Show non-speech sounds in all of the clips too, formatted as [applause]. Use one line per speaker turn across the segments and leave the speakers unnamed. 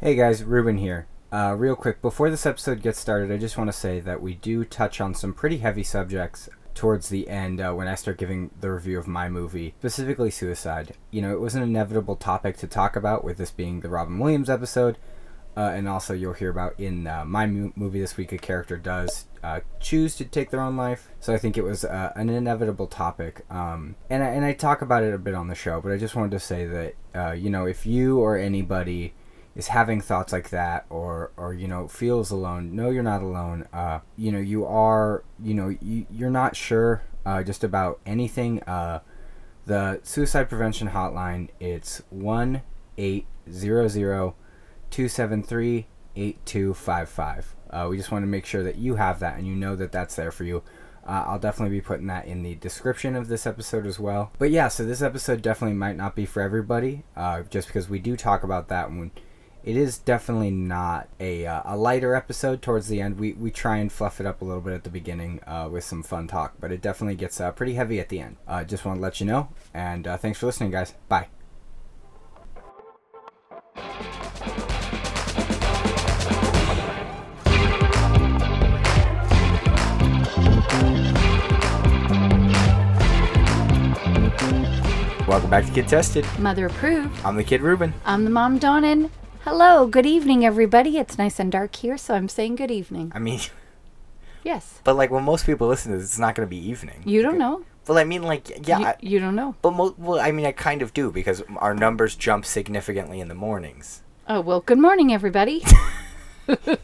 Hey guys, Ruben here. Uh, real quick, before this episode gets started, I just want to say that we do touch on some pretty heavy subjects towards the end uh, when I start giving the review of my movie, specifically suicide. You know, it was an inevitable topic to talk about, with this being the Robin Williams episode, uh, and also you'll hear about in uh, my mo- movie this week a character does uh, choose to take their own life so i think it was uh, an inevitable topic um, and, I, and i talk about it a bit on the show but i just wanted to say that uh, you know if you or anybody is having thoughts like that or or you know feels alone no you're not alone uh, you know you are you know you, you're not sure uh, just about anything uh, the suicide prevention hotline it's 1800 273 8255. Uh, We just want to make sure that you have that and you know that that's there for you. Uh, I'll definitely be putting that in the description of this episode as well. But yeah, so this episode definitely might not be for everybody, uh, just because we do talk about that one. It is definitely not a, uh, a lighter episode towards the end. We, we try and fluff it up a little bit at the beginning uh, with some fun talk, but it definitely gets uh, pretty heavy at the end. Uh, just want to let you know, and uh, thanks for listening, guys. Bye. Welcome back to Kid Tested.
Mother approved.
I'm the Kid Ruben.
I'm the mom, Donan. Hello, good evening, everybody. It's nice and dark here, so I'm saying good evening.
I mean, [laughs]
Yes.
but like when most people listen to this, it's not going to be evening.
You don't know.
Well, I mean, like yeah,
You,
I,
you don't know.
but mo- well, I mean, I kind of do because our numbers jump significantly in the mornings.
Oh, well, good morning,
[laughs]
everybody.
I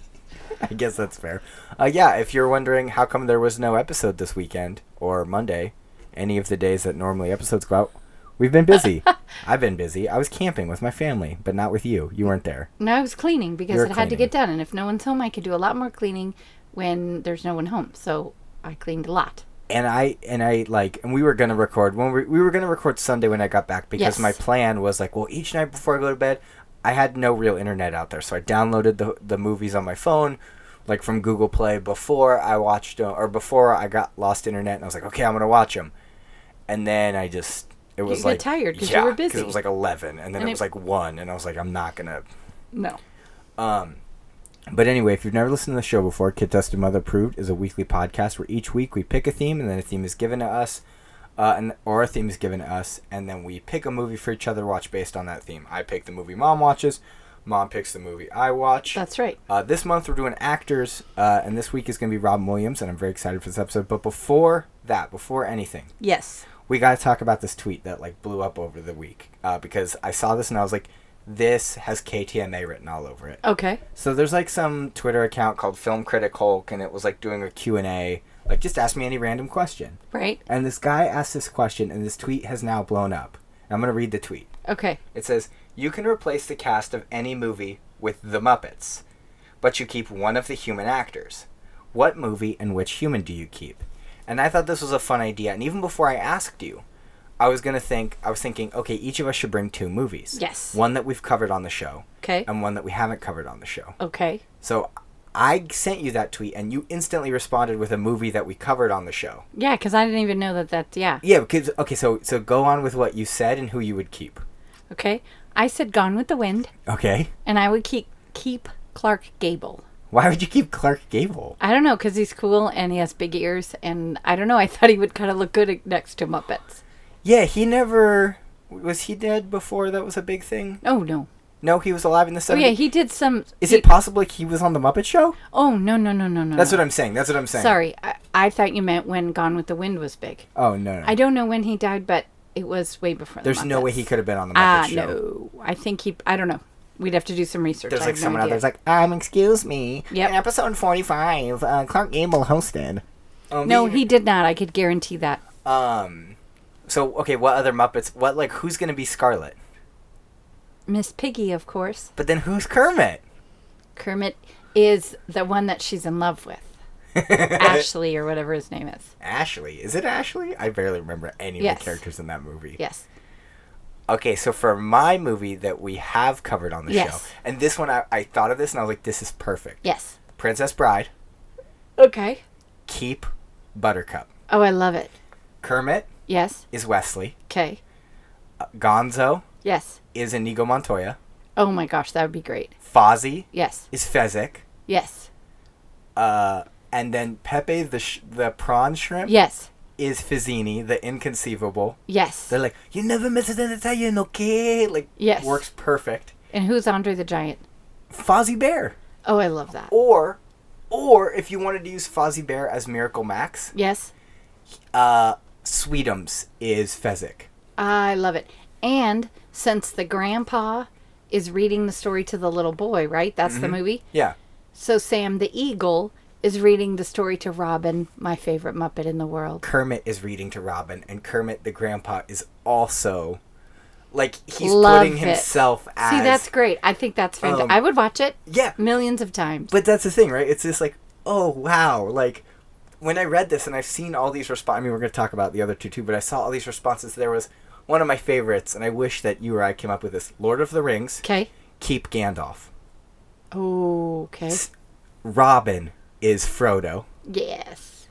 guess that's fair. Uh, yeah, if you're wondering how come there was no episode this weekend or Monday, any of the days that normally episodes go out, we've been
[laughs]
busy. I've been busy. I was camping with my family, but not with you. You weren't there.
no, I was cleaning because
You're
it had to
cleaning.
get done. And if no one's home, I could do a lot more cleaning when there's no one home. So I cleaned a lot.
and I and I like and we were gonna record when we, we were gonna record Sunday when I got back because
Yes.
my plan was like well each night before I go to bed I had no real internet out there so I downloaded the the movies on my phone like from Google Play before I watched uh, or before I got lost internet and I was like okay I'm gonna watch them and then I just it was
get
like
tired 'cause you were
'cause
busy.
it was like eleven and then
And
it
it-
was like one and I was like I'm not gonna
No.
um, but anyway, if you've never listened to the show before, Kid Tested Mother Approved is a weekly podcast where each week we pick a theme and then a theme is given to us, uh, and or a theme is given to us, and then we pick a movie for each other to watch based on that theme. I pick the movie mom watches, mom picks the movie I watch.
That's right.
Uh, this month we're doing actors, uh, and this week is going to be Robin Williams, and I'm very excited for this episode. But before that, before anything,
Yes.
we got to talk about this tweet that like blew up over the week uh, because I saw this and I was like, this has KTMA written all over it.
Okay.
So there's like some Twitter account called Film Critic Hulk, and it was like doing a Q&A, like just ask me any random question.
Right.
And this guy asked this question, and this tweet has now blown up. And I'm going to read the tweet.
Okay.
It says, "You can replace the cast of any movie with the Muppets, but you keep one of the human actors. What movie and which human do you keep?" And I thought this was a fun idea, and even before I asked you, I was going to think I was thinking, okay, each of us should bring two movies.
Yes.
One that we've covered on the show
Okay.
and one that we haven't covered on the show.
Okay.
So I sent you that tweet, and you instantly responded with a movie that we covered on the show.
Yeah, because I didn't even know that that's, yeah.
Yeah, because okay, so so go on with what you said and who you would keep.
Okay. I said Gone with the Wind,
Okay,
and I would keep, keep Clark Gable.
why would you keep Clark Gable?
I don't know, 'cause he's cool and he has big ears, and I don't know. I thought he would kind of look good next to Muppets.
Yeah, he never was he dead before that was a big thing.
Oh no!
No, he was alive in the
Oh yeah,
seventies.
he did some.
Is
he-
it possible he was on the Muppet Show?
Oh no no no no no.
That's
no.
what I'm saying. That's what I'm saying.
Uh, Sorry, I, I thought you meant when Gone with the Wind was big.
Oh no, no.
I don't know when he died, but it was way before.
There's
the
no way
Muppets.
he could have been on the Muppet
Ah
Show.
no, I think he. I don't know. We'd have to do some research.
There's
I
like
have no
someone out
idea.
there's like, um, excuse me.
Yep.
In episode forty-five, uh, Clark Gable hosted. Um,
No,
the-
he did not. I could guarantee that.
Um, so okay, what other Muppets? What like who's gonna be Scarlet?
Miss Piggy, of course.
But then who's Kermit?
Kermit is the one that she's in
[laughs]
love with, Ashley or whatever his name is.
Ashley, is it Ashley? I barely remember any of
Yes.
the characters in that movie.
Yes.
Okay, so for my movie that we have covered on the
Yes.
show, and this one I, I thought of this and I was like, this is perfect.
Yes.
Princess Bride,
Okay.
keep Buttercup.
Oh, I love it.
Kermit
Yes.
is Wesley. Uh,
Okay.
Gonzo
Yes.
is Inigo Montoya.
Oh my gosh, that would be great.
Fozzie
Yes.
is Fezzik.
Yes.
Uh, and then Pepe, the sh- the prawn shrimp,
Yes.
is Fizzini, the inconceivable.
Yes.
They're like, you never miss an Italian, okay? Like,
Yes.
works perfect.
And who's Andre the Giant?
Fozzie Bear.
Oh, I love that.
Or, or if you wanted to use Fozzie Bear as Miracle Max,
Yes.
uh, Sweetums is Fezzik.
I love it. And since the grandpa is reading the story to the little boy, right? That's
Mm-hmm.
the movie.
Yeah.
So Sam the Eagle is reading the story to Robin, my favorite Muppet in the world.
Kermit is reading to Robin, and Kermit the grandpa is also, like, he's
Love
putting
it.
himself as.
See, that's great. I think that's fantastic.
Um,
I would watch it
yeah.
millions of times.
But that's the thing, right? It's just like, oh wow, like when I read this and I've seen all these responses. I mean, we're going to talk about the other two too, but I saw all these responses. There was one of my favorites, and I wish that you or I came up with this: Lord of the Rings,
Okay.
keep Gandalf.
Okay.
S- Robin is Frodo,
Yes.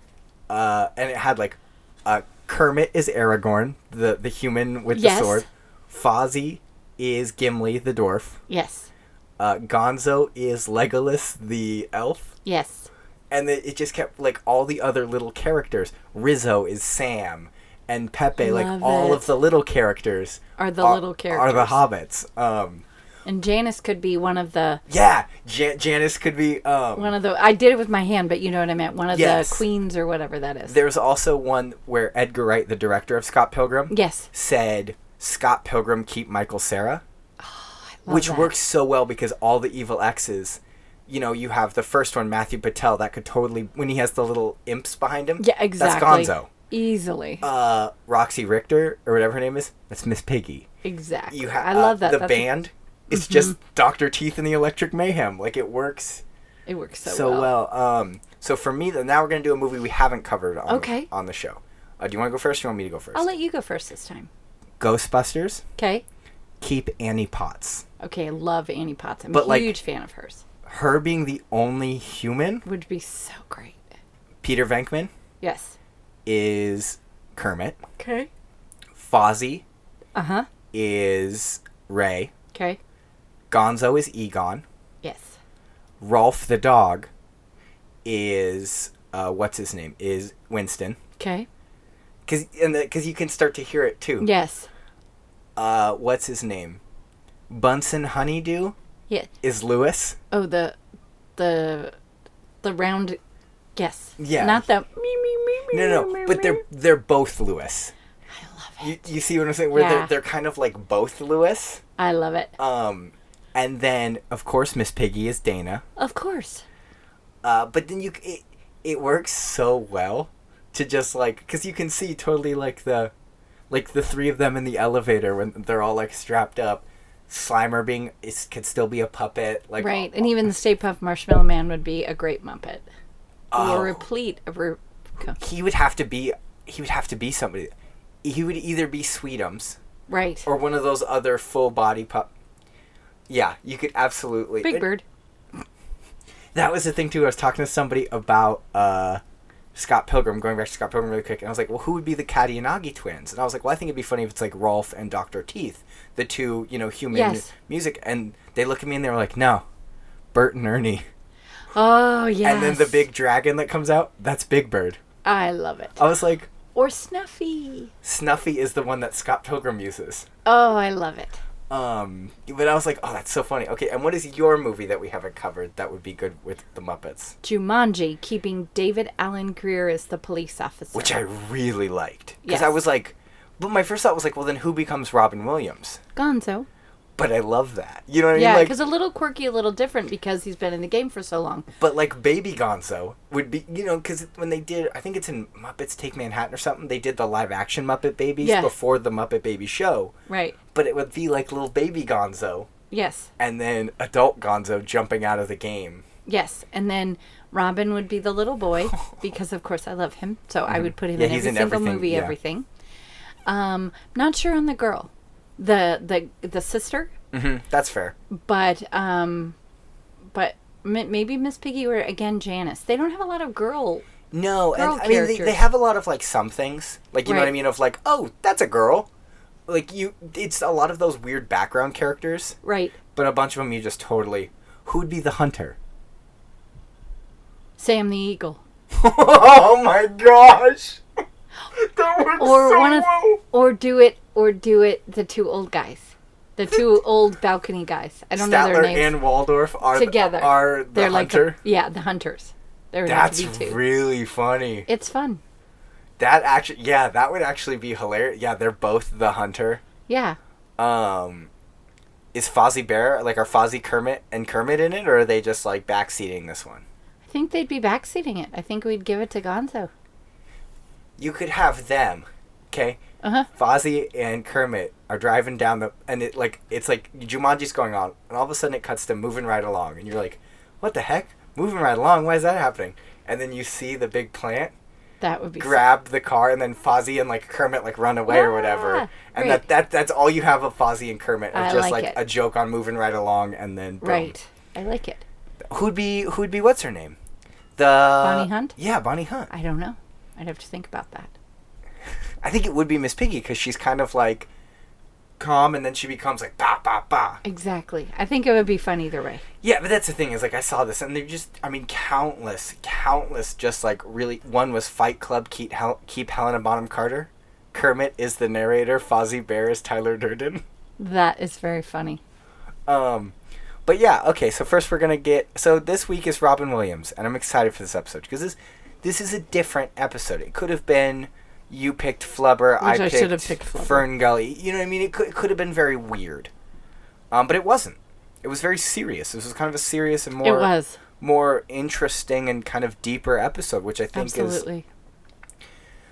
uh, and it had like uh, Kermit is Aragorn, the the human with
Yes.
the sword. Fozzie is Gimli, the dwarf.
Yes.
Uh, Gonzo is Legolas, the elf.
Yes.
and it, it just kept like all the other little characters. Rizzo is Sam, and Pepe,
Love
like all
it.
of the little characters
Are the little
are the
characters.
hobbits. Um,
And Janice could be one of the
yeah, Jan- Janice could be. Um,
one of the I did it with my hand, but you know what I meant. One of
Yes.
the queens or whatever that is.
there's also one where Edgar Wright, the director of Scott Pilgrim,
yes.
said Scott Pilgrim keep Michael Sarah,
Oh, Love
which
that.
works so well because all the evil exes. You know, you have the first one, Matthew Patel, that could totally when he has the little imps behind him.
Yeah, exactly.
That's Gonzo.
Easily.
uh, Roxy Richter or whatever her name is. That's Miss Piggy.
exactly.
You have
I love that.
the
That's- Mm-hmm.
band. It's just Doctor Teeth and the Electric Mayhem. Like it works
It works so,
so, well. Um, so for me, then now we're gonna do a movie we haven't covered on
Okay.
on the show. Uh, do you want to go first? Or you want me to go 1st
I'll let you go first this time.
Ghostbusters.
Okay.
Keep Annie Potts.
Okay, I love Annie Potts. I'm
But,
a
like-
huge fan of hers.
Her being the only human.
Would be so great.
Peter Venkman
Yes.
is Kermit.
Okay.
Fozzie
Uh huh.
is Ray.
Okay.
Gonzo is Egon.
Yes.
Rolf the dog is uh, what's his name is Winston
Okay.
because and because you can start to hear it too.
Yes.
Uh, what's his name? Bunsen Honeydew
Yeah.
is Lewis.
Oh, the, the, the round. Yes.
Yeah.
Not the me me me me.
No, no,
me,
no, but they're they're both Lewis.
I love it.
You, you see what I'm saying? Where
Yeah.
they're they're kind of like both Lewis.
I love it.
Um, and then of course Miss Piggy is Dana.
Of course.
Uh, but then you c- it, it works so well to just like because you can see totally like the like the three of them in the elevator when they're all like strapped up. Slimer being is could still be a puppet like
Right. And even the Stay Puft Marshmallow Man would be a great Muppet.
Oh.
Or replete of. Re- co-
he would have to be he would have to be somebody. He would either be Sweetums
right.
or one of those other full body pup. Yeah, you could absolutely.
Big
it-
Bird.
that was the thing too. I was talking to somebody about uh, Scott Pilgrim. Going back to Scott Pilgrim really quick, and I was like, "Well, who would be the Kadianagi twins?" And I was like, "Well, I think it'd be funny if it's like Rolf and Doctor Teeth, the two you know human
Yes.
music." And they look at me and they were like, "No, Bert and Ernie."
Oh, yes.
And then the big dragon that comes out, that's Big Bird.
I love it.
I was like,
Or Snuffy.
Snuffy is the one that Scott Pilgrim uses.
Oh, I love it.
Um, but I was like, "Oh, that's so funny." Okay, and what is your movie that we haven't covered that would be good with the Muppets,
Jumanji, keeping David Allen Greer as the police officer.
which I really liked because
Yes.
I was like, but my first thought was like, well, then who becomes Robin Williams?
Gonzo.
But I love that. You know what I
Yeah,
mean?
because
Like,
a little quirky, a little different because he's been in the game for so long.
but like Baby Gonzo would be, you know, because when they did, I think it's in Muppets Take Manhattan or something. They did the live action Muppet Babies
Yes.
before the Muppet Baby show,
Right.
but it would be like little baby Gonzo
Yes.
and then adult Gonzo jumping out of the game.
Yes. And then Robin would be the
[laughs]
little boy because, of course, I love him. So I would put him
Mm-hmm. Yeah,
in
he's
every
in
single
everything,
movie,
yeah.
everything. Um, not sure on the girl, the the the sister,
hmm That's fair.
but um, but m- maybe Miss Piggy or again Janice. They don't have a lot of girl.
No,
Girl
and I mean they, they
characters.
have a lot of like some things, like you know what I
Right.
mean, of like oh that's a girl, like you it's a lot of those weird background characters,
Right.
but a bunch of them you just totally who'd be the hunter? [laughs]
Sam the Eagle.
oh my gosh. [laughs] that works
Or
so
one of-
well.
Or do it or do it the two old guys. The two old balcony guys. I don't know
Statler
their names.
and Waldorf are
Together.
The, are the
They're like the-
hunter.
yeah, the hunters. There would
That's
have to be two.
really funny.
it's fun.
That actually, yeah, that would actually be hilarious. Yeah, they're both the hunter.
Yeah.
Um, is Fozzie Bear like are Fozzie Kermit and Kermit in it, or are they just like backseating this one?
I think they'd be backseating it. I think we'd give it to Gonzo.
You could have them, okay?
Uh-huh.
Fozzie and Kermit are driving down the, and it like it's like Jumanji's going on, and all of a sudden it cuts to moving right along, and you're like, what the heck? Moving right along? Why is that happening? And then you see the big plant,
That would be
grab the car and then Fozzie and like Kermit like run away or
Yeah,
whatever. And
right.
that, that that's all you have of Fozzie and Kermit
Ah, I
of just
like
like,
it.
a joke on moving right along and then boom.
right. I like it.
Who'd be who'd be what's her name? The
Bonnie Hunt?
Yeah, Bonnie Hunt.
I don't know. I'd have to think about that.
I think it would be Miss Piggy because she's kind of like calm and then she becomes like ba ba ba.
Exactly. I think it would be fun either way.
Yeah, but that's the thing is like I saw this and they're just I mean countless countless just like really one was Fight Club keep Hel- keep Helena Bonham Carter. Kermit is the narrator. Fozzie Bear is Tyler Durden.
That is very funny.
Um, but yeah, okay. So first we're gonna get. So this week is Robin Williams, and I'm excited for this episode because this this is a different episode. It could have been you picked Flubber,
Which I
I
should
picked,
have picked Flubber.
Fern Gully. You know what I mean? It could it could have been very weird, um, but it wasn't. It was very serious. This was kind of a serious and more
it was.
more interesting and kind of deeper episode, which I think is
Absolutely.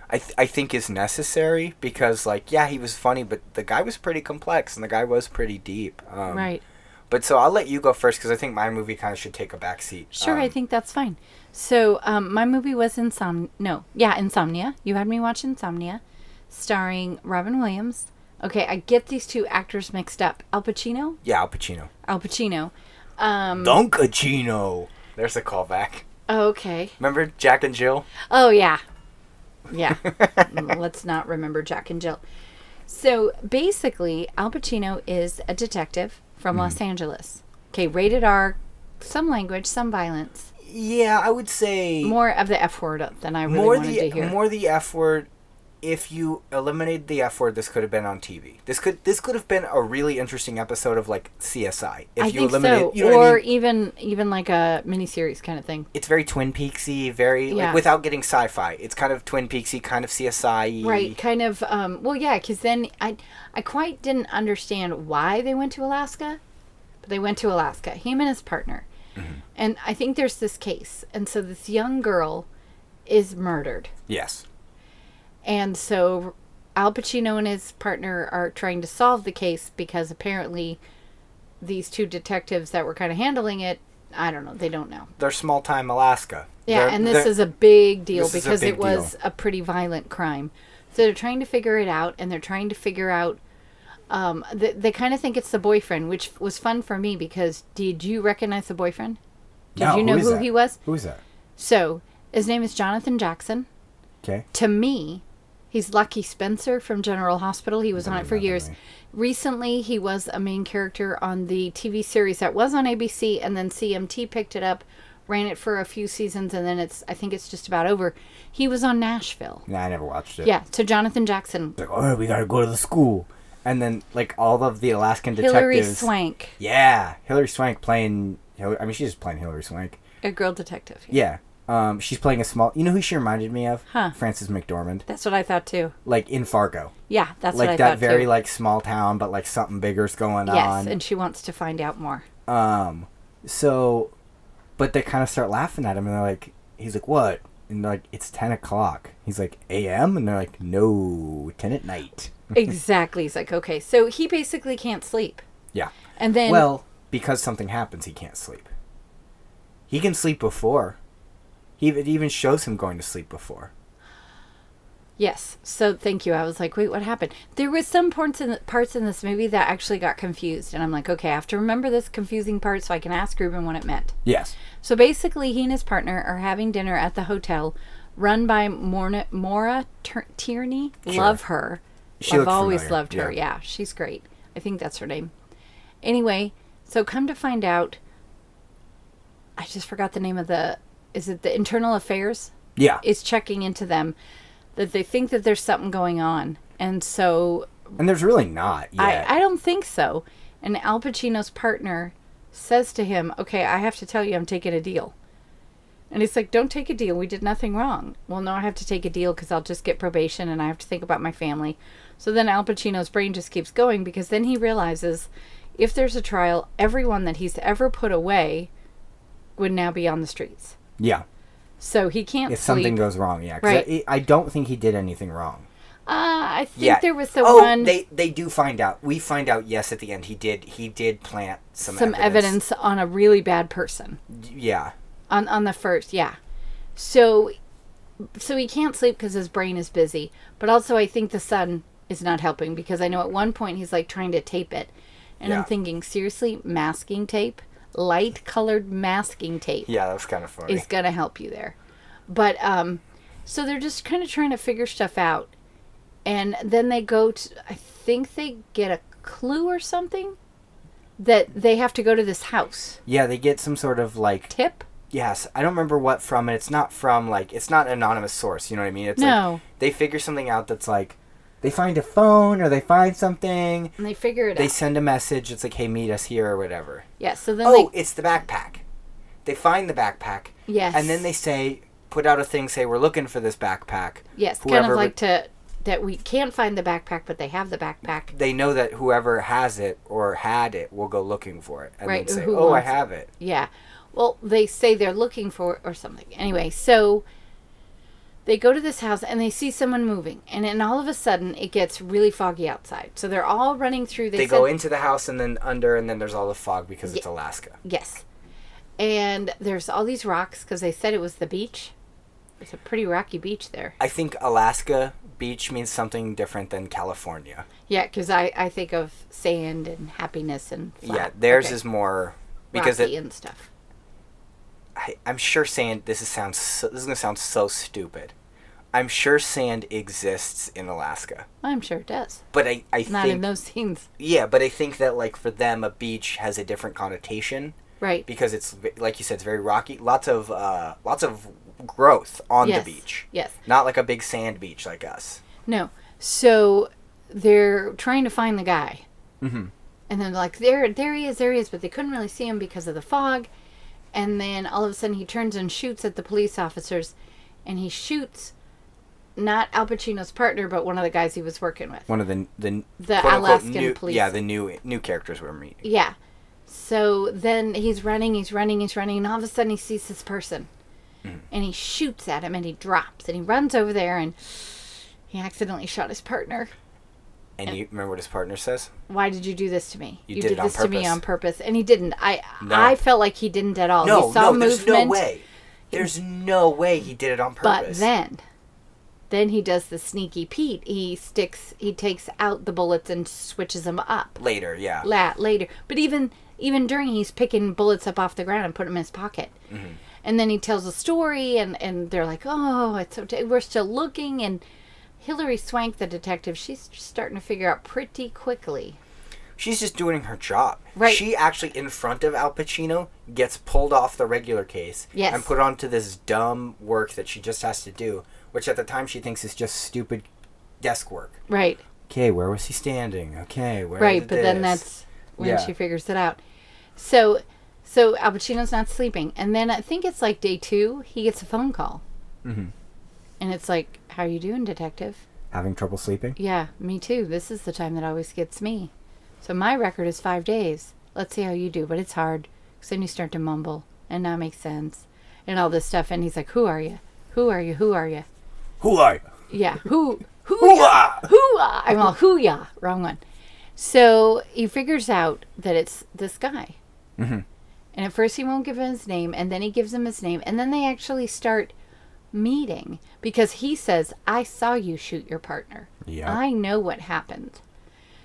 I, th- I think is necessary because like yeah he was funny but the guy was pretty complex and the guy was pretty deep um,
right.
but so I'll let you go first because I think my movie kind of should take a back seat.
Sure, I
Um,
think that's fine. So, um, my movie was Insom. No, yeah, Insomnia. You had me watch Insomnia, starring Robin Williams. Okay, I get these two actors mixed up. Al Pacino.
Yeah, Al Pacino.
Al Pacino. Um,
Dunkachino. There's a callback.
okay.
Remember Jack and Jill? [laughs]
Oh yeah, yeah. Mm, Let's not remember Jack and Jill. So basically, Al Pacino is a detective
Mm-hmm.
from Los Angeles. Okay, rated R, some language, some violence,
Yeah, I would say
more of the F word than I really
more
wanted to
the
hear.
more the F word. If you eliminated the F word, this could have been on TV. This could this could have been a really interesting episode of like CSI. If
I
you
think
eliminated,
so,
you know what I
or
mean?
even even like a miniseries kind of thing.
It's very Twin Peaksy, very
Yeah.
like without getting sci-fi. It's kind of Twin Peaksy, kind of CSI.
Right, kind of. Um, well, yeah, because then I, I quite didn't understand why they went to Alaska, but they went to Alaska. Him and his partner,
Mm-hmm.
and I think there's this case, and so this young girl is murdered,
Yes.
and so Al Pacino and his partner are trying to solve the case because apparently these two detectives that were kind of handling it, I don't know, they don't know.
They're small time Alaska.
Yeah,
They're-
and this
they're-
is a big deal
This is a
because
big
it was a pretty violent crime. So they're trying to figure it out, and they're trying to figure out. Um, they, they kind of think it's the boyfriend, which was fun for me because did you recognize the boyfriend? Did
No,
you know
is
who
that?
he was?
Who is that?
So his name is Jonathan Jackson.
Okay.
To me, he's Lucky Spencer from General Hospital. He was on it for
another
years.
name.
Recently, he was a main character on the TV series that was on ABC, and then CMT picked it up, ran it for a few seasons, and then it's I think it's just about over. He was on Nashville.
Nah, I never watched it.
Yeah, so Jonathan Jackson,
Like, oh, we gotta go to the school, and then like all of the Alaskan
Hillary
detectives.
Swank,
Yeah, Hillary Swank playing. Hillary, I mean, she's just playing Hillary Swank.
a girl detective.
Yeah. Um, she's playing a small. You know who she reminded me of?
Huh.
Frances McDormand,
That's what I thought too.
like in Fargo,
Yeah, that's what I
like that
thought
very
too.
like small town, but like something bigger's going
yes,
on.
and she wants to find out more.
[laughs] Um, so, but they kind of start laughing at him, and they're like, "He's like, what?" And they're like, "It's ten o'clock." He's like, "A.M." And they're like, "No, ten at night."
exactly. He's like, okay, so he basically can't sleep,
Yeah.
and then
well, because something happens, he can't sleep. He can sleep before. He it even shows him going to sleep before.
Yes. So thank you. I was like, wait, what happened? There was some parts in parts in this movie that actually got confused, and I'm like, okay, I have to remember this confusing part so I can ask Ruben what it meant.
Yes.
So basically, he and his partner are having dinner at the hotel run by Morna, Maura Tur- Tierney. Love her.
She
I've
looked
always
familiar,
loved her. Yeah. she's great. I think that's her name. Anyway, so come to find out, I just forgot the name of the. Is it the internal affairs?
Yeah.
Is checking into them that they think that there's something going on, and so
And there's really not. Yeah.
I, I don't think so. And Al Pacino's partner says to him, Okay, I have to tell you, I'm taking a deal. And he's like, Don't take a deal. We did nothing wrong. Well, no, I have to take a deal because I'll just get probation and I have to think about my family. So then Al Pacino's brain just keeps going because then he realizes if there's a trial, everyone that he's ever put away would now be on the streets.
yeah.
So he can't
If
sleep.
something goes wrong, yeah. 'Cause
Right.
I, I don't think he did anything wrong.
uh, I think
yeah.
there was the
oh,
one
they they do find out. We find out. Yes, at the end, he did. He did plant some
some evidence on a really bad person.
Yeah.
on on the first yeah so so he can't sleep because his brain is busy but also i think the sun is not helping because i know at one point he's like trying to tape it and
Yeah.
i'm thinking seriously masking tape light colored masking tape
Yeah, that was kind of funny.
is gonna help you there but um so they're just kind of trying to figure stuff out and then they go to i think they get a clue or something that they have to go to this house
Yeah, they get some sort of like
tip
yes, I don't remember what from it. It's not from like it's not an anonymous source, you know what I mean? It's like
no
they figure something out that's like they find a phone or they find something.
and they figure it out
They send a message. It's like, "Hey, meet us here" or whatever.
Yeah, so then
oh,
they
it's the backpack. They find the backpack,
yes,
and then they say, put out a thing, say we're looking for this backpack.
yes, kind
whoever
of
re-
like to that we can't find the backpack, but they have the backpack.
They know that whoever has it or had it will go looking for it, and
Right,
then say,
who
"Oh, I
wants it?"
have it."
Yeah, well, they say they're looking for it or something. Anyway, so they go to this house and they see someone moving, and then all of a sudden it gets really foggy outside. So they're all running through. They,
They,
said-
go into the house and then under, and then there's all the fog because it's Alaska.
Yes, and there's all these rocks because they said it was the beach. It's a pretty rocky beach there.
I think Alaska beach means something different than California.
Yeah, because I, I think of sand and happiness and
Yeah,
flat.
theirs
Okay.
is more because
rocky
it,
and stuff.
I, I'm sure sand. This is sounds. So, this is gonna sound so stupid. I'm sure sand exists in Alaska,
I'm sure it does.
but I I
Not in
think
those scenes.
yeah, but I think that like for them a beach has a different connotation
Right.
because it's ve- like you said it's very rocky, lots of uh, lots of growth on
Yes.
the beach,
Yes.
not like a big sand beach like us.
No. So they're trying to find the guy.
Mm-hmm.
Mhm.
And then like there there he is, there he is, but they couldn't really see him because of the fog. And then all of a sudden he turns and shoots at the police officers and he shoots not Al Pacino's partner, but one of the guys he was working with.
One of the the
The
Quote-unquote
Alaskan
new-
police.
Yeah, the new new characters we're meeting.
Yeah. So then he's running, he's running, he's running, and all of a sudden he sees this person. And he shoots at him and he drops and he runs over there and he accidentally shot his partner.
And you remember what his partner says?
Why did you do this to me?
You did it on
this to me
purpose."
on purpose. And he didn't. I
No.
I felt like he didn't at all.
No,
he saw
no,
movement.
there's no way. There's no way he did it on
But
purpose.
then then he does the sneaky Pete. He sticks he takes out the bullets and switches them up.
later, yeah.
la- later. But even even during he's picking bullets up off the ground and putting them in his pocket.
Mm-hmm.
And then he tells a story, and and they're like, "Oh, it's okay. We're still looking." And Hillary Swank, the detective, she's starting to figure out pretty quickly.
She's just doing her job.
Right.
She actually, in front of Al Pacino, gets pulled off the regular case
Yes.
and put onto this dumb work that she just has to do, which at the time she thinks is just stupid desk work.
Right,
Okay, where was he standing? Okay, where
right.
did
But then
this?
that's when
Yeah.
she figures it out. So, so Al Pacino's not sleeping, and then I think it's like day two. He gets a phone call, Mm-hmm.
Mhm.
and it's like, "How are you doing, detective?"
having trouble sleeping.
Yeah, me too. This is the time that always gets me. So my record is five days. Let's see how you do, but it's hard. 'Cause then you start to mumble and not make sense and all this stuff. And he's like, "Who are you? Who are you? Who are you?
Who are you?
Yeah, who? Who? ya? Who? ya? I'm all who ya? Wrong one. So he figures out that it's this guy. And at first he won't give him his name, and then he gives him his name, and then they actually start meeting because he says, "I saw you shoot your partner."
Yeah.
I know what happened.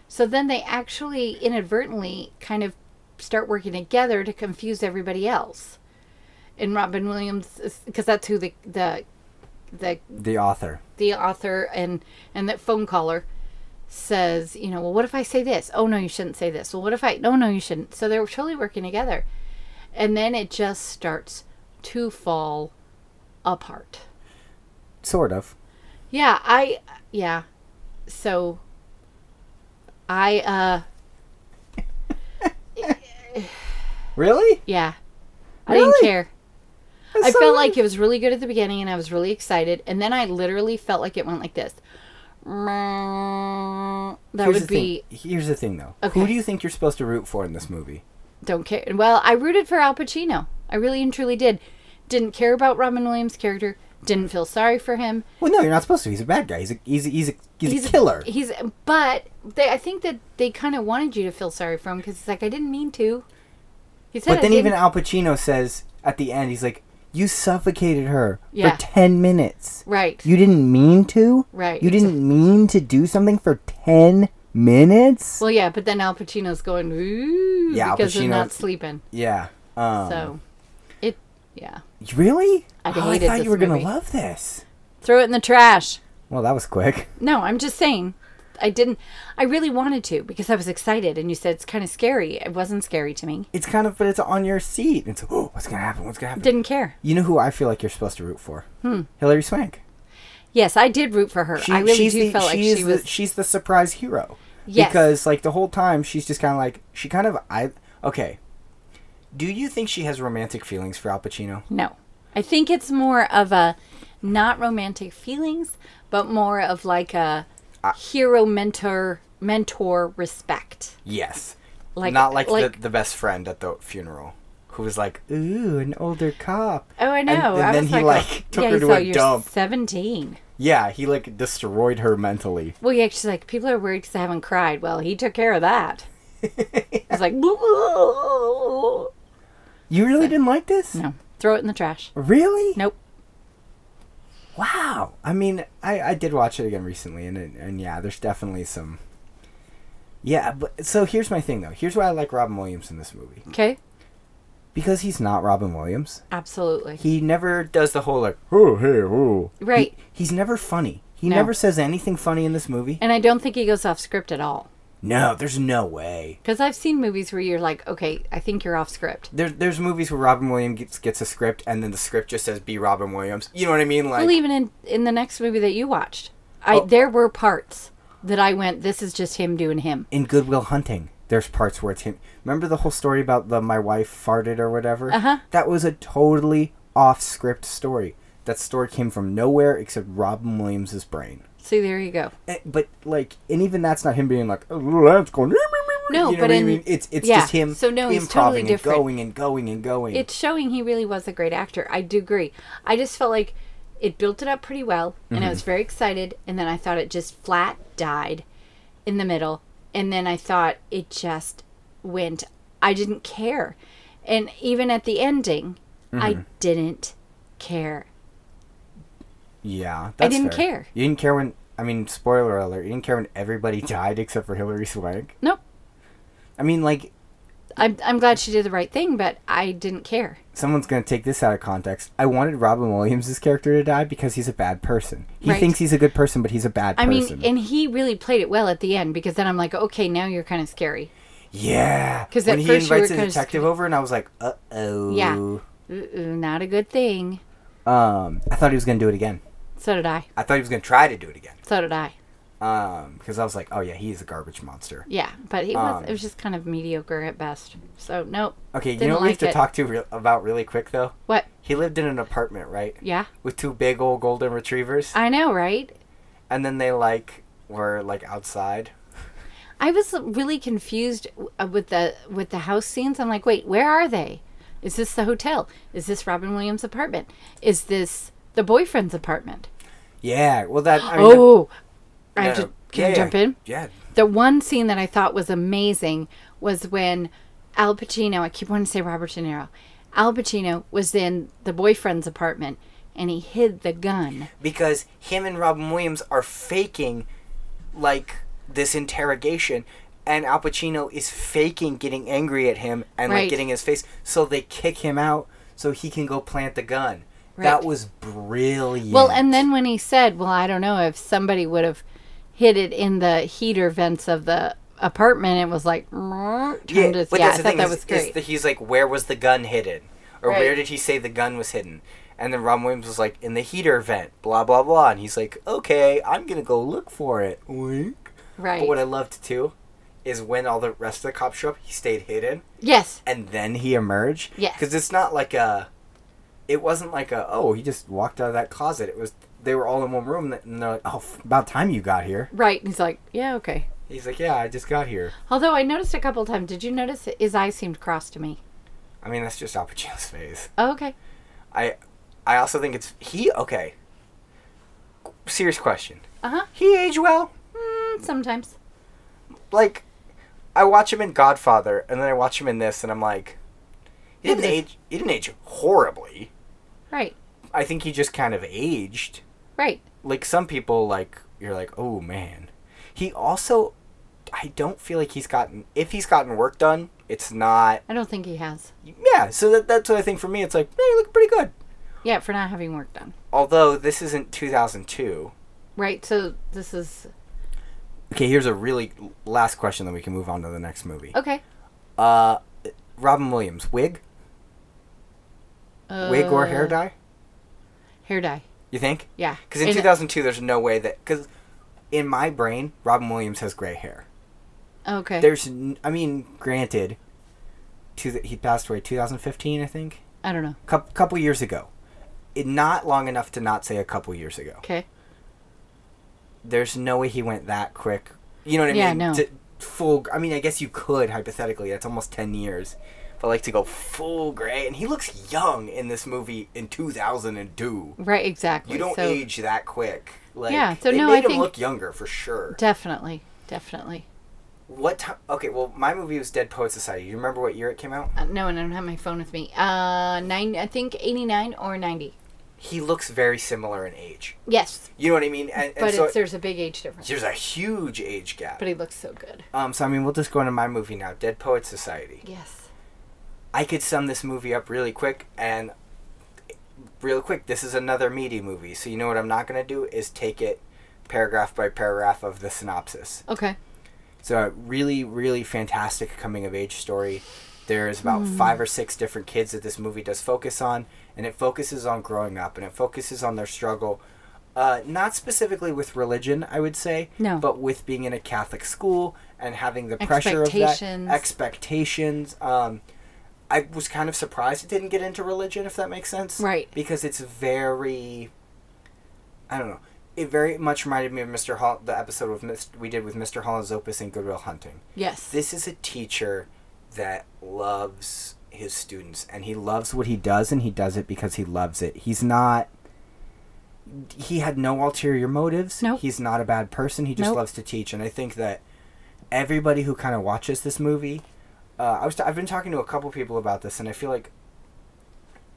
So then they actually inadvertently kind of start working together to confuse everybody else. And Robin Williams, because that's who the the the
The author.
the author and and that phone caller says, you know, well, what if I say this? Oh, no, you shouldn't say this. Well, what if I, no, no, you shouldn't. So they're totally working together. And then it just starts to fall apart.
Sort of.
Yeah, I, yeah. So I, uh,
Really?
yeah. I
Really?
didn't care.
That's
I
so
felt
nice.
like it was really good at the beginning and I was really excited. And then I literally felt like it went like this. That
Here's
would
the
be
Thing. Here's the thing, though. Who
Okay.
do you think you're supposed to root for in this movie?
don't care. Well, I rooted for Al Pacino. I really and truly did. Didn't care about Robin Williams' character. Didn't feel sorry for him.
Well, no, you're not supposed to. He's a bad guy. He's a he's a, he's a, he's a
a-
killer.
he's but they, I think that they kind of wanted you to feel sorry for him because it's like I didn't mean to. He said,
but
I
then
didn't.
even Al Pacino says at the end, he's like, "You suffocated her
Yeah.
for ten minutes.
right,
You didn't mean to.
right.
You didn't mean to do something for ten minutes.
Well, yeah, but then Al Pacino's going ooh
Yeah, Al
because of not
Pacino's-
sleeping.
yeah. Um,
so it, yeah,
really?
I
oh, I
hated
thought
this
you were
movie.
gonna love this.
throw it in the trash.
Well, that was quick.
No, I'm just saying. I didn't. I really wanted to because I was excited, and you said it's kind of scary. It wasn't scary to me.
It's kind of, but it's on your seat. It's [gasps] oh, what's gonna happen? What's gonna happen?
Didn't care.
you know who I feel like you're supposed to root for? Hmm. Hilary Swank.
Yes, I did root for her. I really
she's
do
the,
feel like
she's
she
the,
was.
she's the surprise hero.
Yes.
Because like the whole time she's just kind of like she kind of I okay. Do you think she has romantic feelings for Al Pacino?
No, I think it's more of a not romantic feelings, but more of like a hero mentor mentor respect.
Yes.
Like-
not like,
like-
the, the best friend at the funeral who was like, "Ooh, an older cop."
Oh, I know.
And, and
I
then
was
he
like,
like,
oh,
took
yeah,
her
you
to
saw
a
you're
dump.
Seventeen.
Yeah, he like destroyed her mentally.
Well, yeah, she's like, people are worried because I haven't cried. Well, he took care
[laughs]
of that. I was like, no,
You really didn't like this?
throw it in the trash.
Really?
Nope.
Wow. I mean, I, I did watch it again recently, and it- and yeah, there's definitely some. Yeah, but so here's my thing though. Here's why I like Robin Williams in this movie
Okay.
because he's not Robin Williams.
Absolutely.
He never does the whole like oh hey oh.
Right.
He- he's never funny. He
No.
never says anything funny in this movie.
and I don't think he goes off script at all.
No, there's no way.
Because I've seen movies where you're like, okay, I think you're off script.
There, there's movies where Robin Williams gets, gets a script and then the script just says be Robin Williams. You know what I mean? Like
well, even in, in the next movie that you watched, I
Oh.
there were parts that I went, this is just him doing him.
in Goodwill Hunting, there's parts where it's him. Remember the whole story about the my wife farted or whatever?
Uh-huh.
That was a totally off script story. That story came from nowhere except Robin Williams's brain.
So there you go.
Eh, But like, and even that's not him being like, oh, that's going.
No,
you know
but
what I
in-
mean? it's it's
yeah,
just him.
so no, he's
improving
totally different.
And going and going and going.
It's showing he really was a great actor. I do agree. I just felt like it built it up pretty well, and I was very excited. And then I thought it just flat died in the middle, and then I thought it just went. I didn't care, and even at the ending, I didn't care.
yeah, that's
didn't
fair.
care.
You didn't care when. I mean, spoiler alert. You didn't care when everybody [laughs] died except for Hillary Swank.
Nope.
I mean, like,
I'm I'm glad she did the right thing, but I didn't care.
someone's going to take this out of context. I wanted Robin Williams' character to die because he's a bad person. He
Right.
thinks he's a good person, but he's a bad
I
person.
mean, and he really played it well at the end because then I'm like, okay, now you're kind of scary.
yeah.
'Cause
when
at
he
first you were
invites a
kinda just
detective over, and I was like, uh oh.
Ooh, Uh-uh, not a good thing.
Um, I thought he was going to do it again.
So did I.
I thought he was going to try to do it again.
So did I.
Um, because I was like, oh yeah, he's a garbage monster.
Yeah, but he was,
Um,
it was just kind of mediocre at best. So nope.
Okay, you
Didn't
know what we have
like
to
it.
talk to re- about really quick though.
What?
He lived in an apartment, right?
Yeah,
With two big old golden retrievers,
I know, right?
and then they like were like outside.
I was really confused uh, with the with the house scenes. I'm like, wait, where are they? Is this the hotel? Is this Robin Williams' apartment? Is this the boyfriend's apartment?
Yeah. Well, that. I mean,
Oh, I
that-
have
no,
to can I
yeah,
jump in.
Yeah.
The one scene that I thought was amazing was when Al Pacino, I keep wanting to say Robert De Niro, Al Pacino was in the boyfriend's apartment and he hid the gun.
because him and Robin Williams are faking like this interrogation and Al Pacino is faking getting angry at him and like
Right.
getting in his face so they kick him out so he can go plant the gun.
Right.
That was brilliant.
Well, and then when he said, "Well, I don't know if somebody would have hid it in the heater vents of the apartment and was like, "Mrrr," turned his- yeah,
but
I
that's the
thought
thing
that
is-
was
is
great.
that he's like, where was the gun hidden, or where
Right.
did he say the gun was hidden? And then Ron Williams was like, in the heater vent, blah blah blah, and he's like, okay, I'm gonna go look for it. Wink.
right.
But what I loved too is when all the rest of the cops show up, he stayed hidden,
yes.
and then he emerged.
Yes.
Because it's not like a, it wasn't like a oh he just walked out of that closet. It was they were all in one room, and they're like, oh f- about time you got here.
Right. And he's like, yeah, okay.
He's like, yeah, I just got here.
Although I noticed a couple times, did you notice that his eyes seemed cross to me?
I mean that's just Al Pacino's [laughs] face.
Oh, okay.
I I also think it's he okay. Serious question.
Uh huh.
He aged well.
Mm, sometimes.
Like I watch him in Godfather and then I watch him in this and I'm like he
Yeah,
didn't
but if-
age he didn't age horribly.
Right.
I think he just kind of aged.
Right.
Like some people like you're like, "Oh man." He also I don't feel like he's gotten if he's gotten work done, it's not
I don't think he has.
yeah, so that, that's what I think for me it's like, "Hey, you look pretty good."
Yeah, for not having work done.
Although this isn't 2002.
Right. So this is
Okay, here's a really last question, then we can move on to the next movie.
okay.
Uh, Robin Williams, wig,
Uh,
wig or hair dye?
Hair dye.
You think?
Yeah.
Because in
And-
2002, there's no way that because in my brain, Robin Williams has gray hair.
oh, Okay.
There's, n- I mean, granted, to the, he passed away 2015, I think,
I don't know.
couple couple years ago. It, not long enough to not say a couple years ago.
Okay.
There's no way he went that quick. You know what I
Yeah,
mean?
no.
To full. I mean, I guess you could hypothetically. That's almost 10 years. But like to go full gray, and he looks young in this movie in 2002.
Right. Exactly.
You don't
so
age that quick. Like,
Yeah, so
they
no,
made
I
him
think-
look younger for sure.
definitely, definitely.
What time? Okay, well, my movie was Dead Poet Society. You remember what year it came out?
Uh, no, and I don't have my phone with me. Uh, nine. I think eighty-nine or ninety.
He looks very similar in age.
Yes,
You know what I mean? And, and
but
so
it's, there's a big age difference.
there's a huge age gap.
But he looks so good.
Um, so I mean, we'll just go into my movie now, Dead Poet Society.
Yes.
I could sum this movie up really quick, and real quick, this is another meaty movie. So you know what I'm not gonna do is take it paragraph by paragraph of the synopsis.
Okay.
So a really, really fantastic coming of age story. There's about
Hmm.
five or six different kids that this movie does focus on, and it focuses on growing up, and it focuses on their struggle, uh, not specifically with religion, I would say,
No.
but with being in a Catholic school and having the pressure of that
Expectations.
expectations. Um, I was kind of surprised it didn't get into religion, if that makes sense,
Right.
Because it's very I don't know. It very much reminded me of Mr. Hall, the episode of Mis- we did with Mr. Holland's Opus and Goodwill Hunting.
Yes.
This is a teacher that loves his students, and he loves what he does, and he does it because he loves it. He's not. He had no ulterior motives.
Nope.
He's not a bad person. He just
Nope.
loves to teach, and I think that everybody who kind of watches this movie, uh, I was t- I've been talking to a couple people about this, and I feel like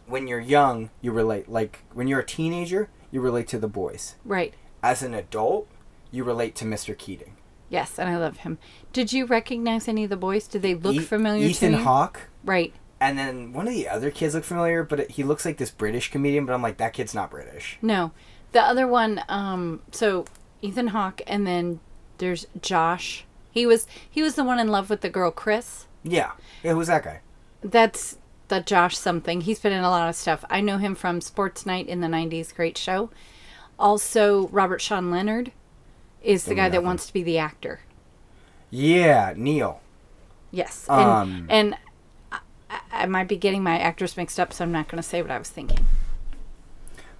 when you're young, you relate. Like when you're a teenager, you relate to the boys.
right.
As an adult, you relate to Mr. Keating.
Yes, and I love him. Did you recognize any of the boys? Did they look
E-
familiar
Ethan
to you?
Hawke.
Right.
And then one of the other kids look familiar, but it, he looks like this British comedian. But I'm like, that kid's not British.
No. The other one, um, so Ethan Hawke and then there's Josh. He was he was the one in love with the girl Chris.
Yeah, yeah. Who's that guy?
That's the Josh something. He's been in a lot of stuff. I know him from Sports Night in the nineties, great show. Also Robert Sean Leonard is the guy that
nothing.
wants to be the actor.
Yeah, Neil.
Yes.
Um,
and and I, I might be getting my actors mixed up, so I'm not gonna say what I was thinking.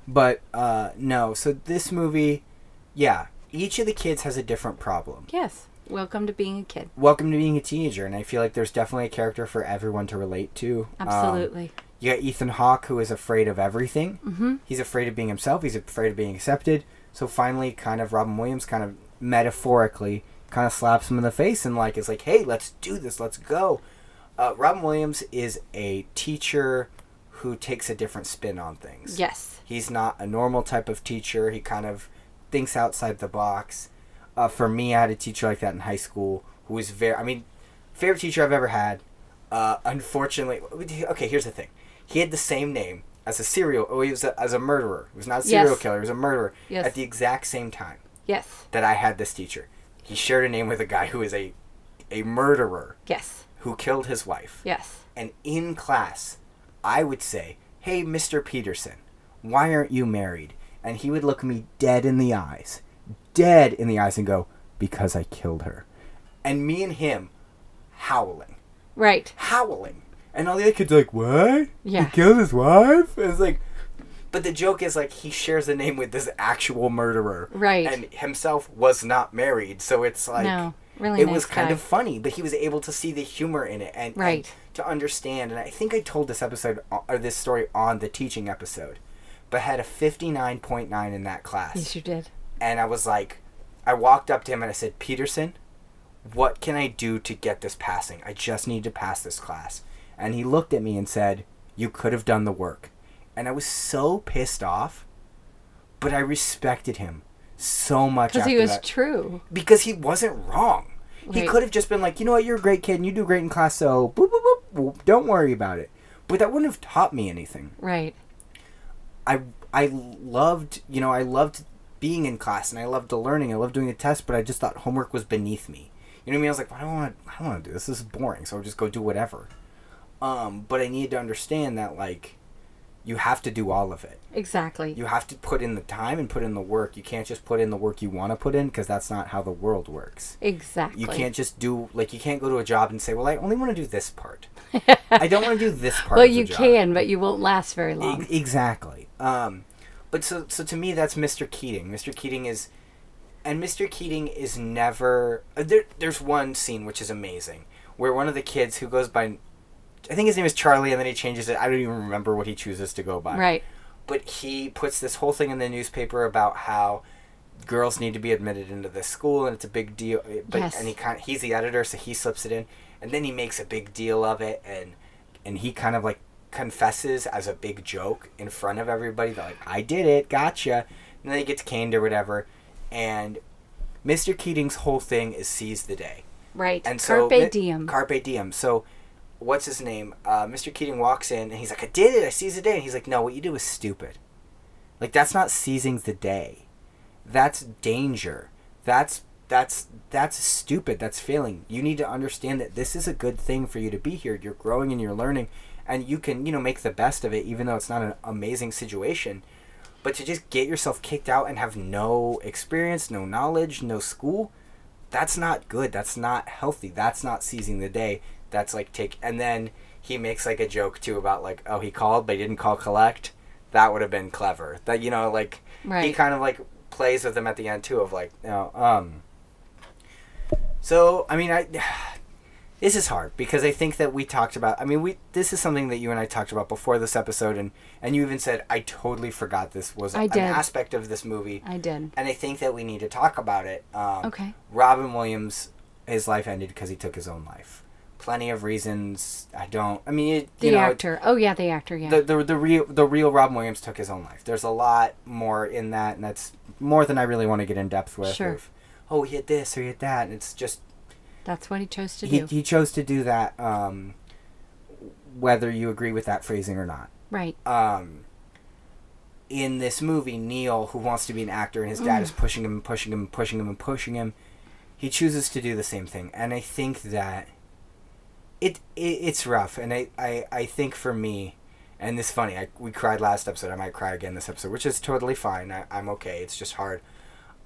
But uh, no. So this movie, yeah, each of the kids has a different problem.
Yes. Welcome to being a kid.
Welcome to being a teenager, and I feel like there's definitely a character for everyone to relate to. Um,
Absolutely.
You got Ethan Hawke, who is afraid of everything. Mm-hmm. He's afraid of being himself. He's afraid of being accepted. So finally, kind of Robin Williams, kind of metaphorically, kind of slaps him in the face and like is like, "Hey, let's do this. Let's go." Uh, Robin Williams is a teacher who takes a different spin on things.
yes.
He's not a normal type of teacher. He kind of thinks outside the box. Uh, for me, I had a teacher like that in high school who was very, I mean, favorite teacher I've ever had. Uh, unfortunately, okay, here's the thing. He had the same name as a serial, oh, he was a, as a murderer. He was not a serial
Yes.
killer, he was a murderer
Yes.
at the exact same time.
Yes.
that I had this teacher. He shared a name with a guy who is a a murderer
Yes.
who killed his wife.
Yes.
And in class, I would say, "Hey, Mr. Peterson, why aren't you married?" And he would look me dead in the eyes, dead in the eyes and go, "Because I killed her." And me and him howling,
Right.
howling. And all the other kids are like, "What?
Yeah.
He killed his wife?" And it's like but the joke is like he shares a name with this actual murderer
Right.
and himself was not married, so it's like
no. Really
it
nice
was kind
guy.
of funny, but he was able to see the humor in it and and
Right.
to understand. And I think I told this episode o- or this story on the teaching episode, but had a fifty nine point nine in that class,
Yes, you did.
and I was like, I walked up to him and I said, Peterson, what can I do to get this passing? I just need to pass this class. And he looked at me and said, You could have done the work. And I was so pissed off, but I respected him so much
Because
after
he was
that
true.
because he wasn't wrong. He
Right.
could have just been like, you know what, you're a great kid and you do great in class, so boop, boop, boop, boop, don't worry about it. But that wouldn't have taught me anything.
Right.
I I loved, you know, I loved being in class and I loved the learning. I loved doing the test, but I just thought homework was beneath me. You know what I mean? I was like, I don't want to. I don't want to do this. This is boring. So I'll just go do whatever. Um, but I needed to understand that like, you have to do all of it.
Exactly.
You have to put in the time and put in the work. You can't just put in the work you want to put in because that's not how the world works.
exactly.
You
[laughs]
can't just do like you can't go to a job and say, "Well, I only want to do this part. I don't want to do
[laughs]
this part."
Well,
of the
you
job."
can, but you won't last very long.
E- exactly. Um, but so so to me, that's Mr. Keating. Mr. Keating is, and Mr. Keating is never. uh, There, there's one scene which is amazing where one of the kids who goes by, I think his name is Charlie, and then he changes it. I don't even remember what he chooses to go by
Right.
but he puts this whole thing in the newspaper about how girls need to be admitted into this school and it's a big deal eh, but
Yes.
and he kind he's the editor so he slips it in and then he makes a big deal of it and and he kind of like confesses as a big joke in front of everybody that like I did it gotcha and then he gets caned or whatever and Mr. Keating's whole thing is seize the day
Right.
and so
Carpe
Mi-
diem.
Carpe diem. So, what's his name? Uh, Mr. Keating walks in and he's like, "I did it. I seized the day." And he's like, "No, what you do is stupid. Like that's not seizing the day. That's danger. That's that's that's stupid. That's failing. You need to understand that this is a good thing for you to be here. You're growing and you're learning, and you can you know make the best of it, even though it's not an amazing situation." But to just get yourself kicked out and have no experience, no knowledge, no school, that's not good. That's not healthy. That's not seizing the day. That's like take and then he makes like a joke too about like oh he called but he didn't call collect. That would have been clever. That you know like he
Right.
kind of like plays with them at the end too of like you know um. So I mean I. [sighs] This is hard because I think that we talked about. I mean, we this is something that you and I talked about before this episode, and and you even said I totally forgot this was
I
an
did.
aspect of this movie,
I did.
and I think that we need to talk about it. Um,
Okay.
Robin Williams, his life ended because he took his own life. Plenty of reasons. I don't. I mean, it,
The
you know,
actor. oh yeah, the actor. Yeah.
the, the the real the real Robin Williams took his own life. There's a lot more in that, and that's more than I really want to get in depth with.
Sure.
of, oh, he had this or he had that, and it's just
That's what he chose to
he
do.
he chose to do that. Um, whether you agree with that phrasing or not.
right.
Um. In this movie, Neil, who wants to be an actor, and his dad is pushing him and pushing him and pushing him and pushing him, he chooses to do the same thing and i think that it, it it's rough and I, I i think for me and it's funny I, we cried last episode i might cry again this episode which is totally fine I, i'm okay it's just hard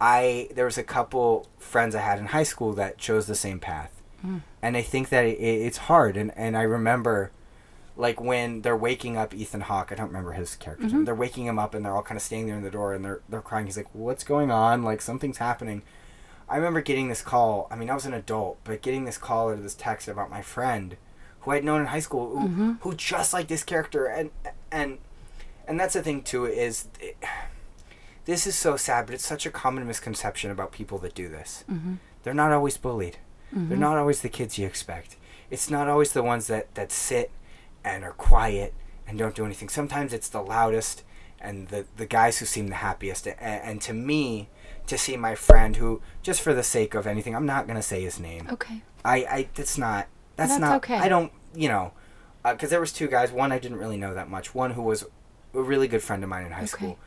i there was a couple friends i had in high school that chose the same path and i think that it, it, it's hard and and i remember like when they're waking up Ethan Hawke, I don't remember his character. name, They're waking him up, and they're all kind of standing there in the door, and they're they're crying. He's like, "What's going on? Like something's happening." I remember getting this call. I mean, I was an adult, but getting this call or this text about my friend who I'd known in high school, who, who just like this character, and and and that's the thing too is it, this is so sad, but it's such a common misconception about people that do this. They're not always bullied. They're not always the kids you expect. It's not always the ones that that sit and are quiet and don't do anything. Sometimes it's the loudest and the, the guys who seem the happiest. And, and to me, to see my friend who, just for the sake of anything, I'm not going to say his name.
Okay.
I, I, that's not, that's,
That's
not,
okay.
I don't, you know, because there was two guys. One I didn't really know that much. One who was a really good friend of mine in high
Okay.
school.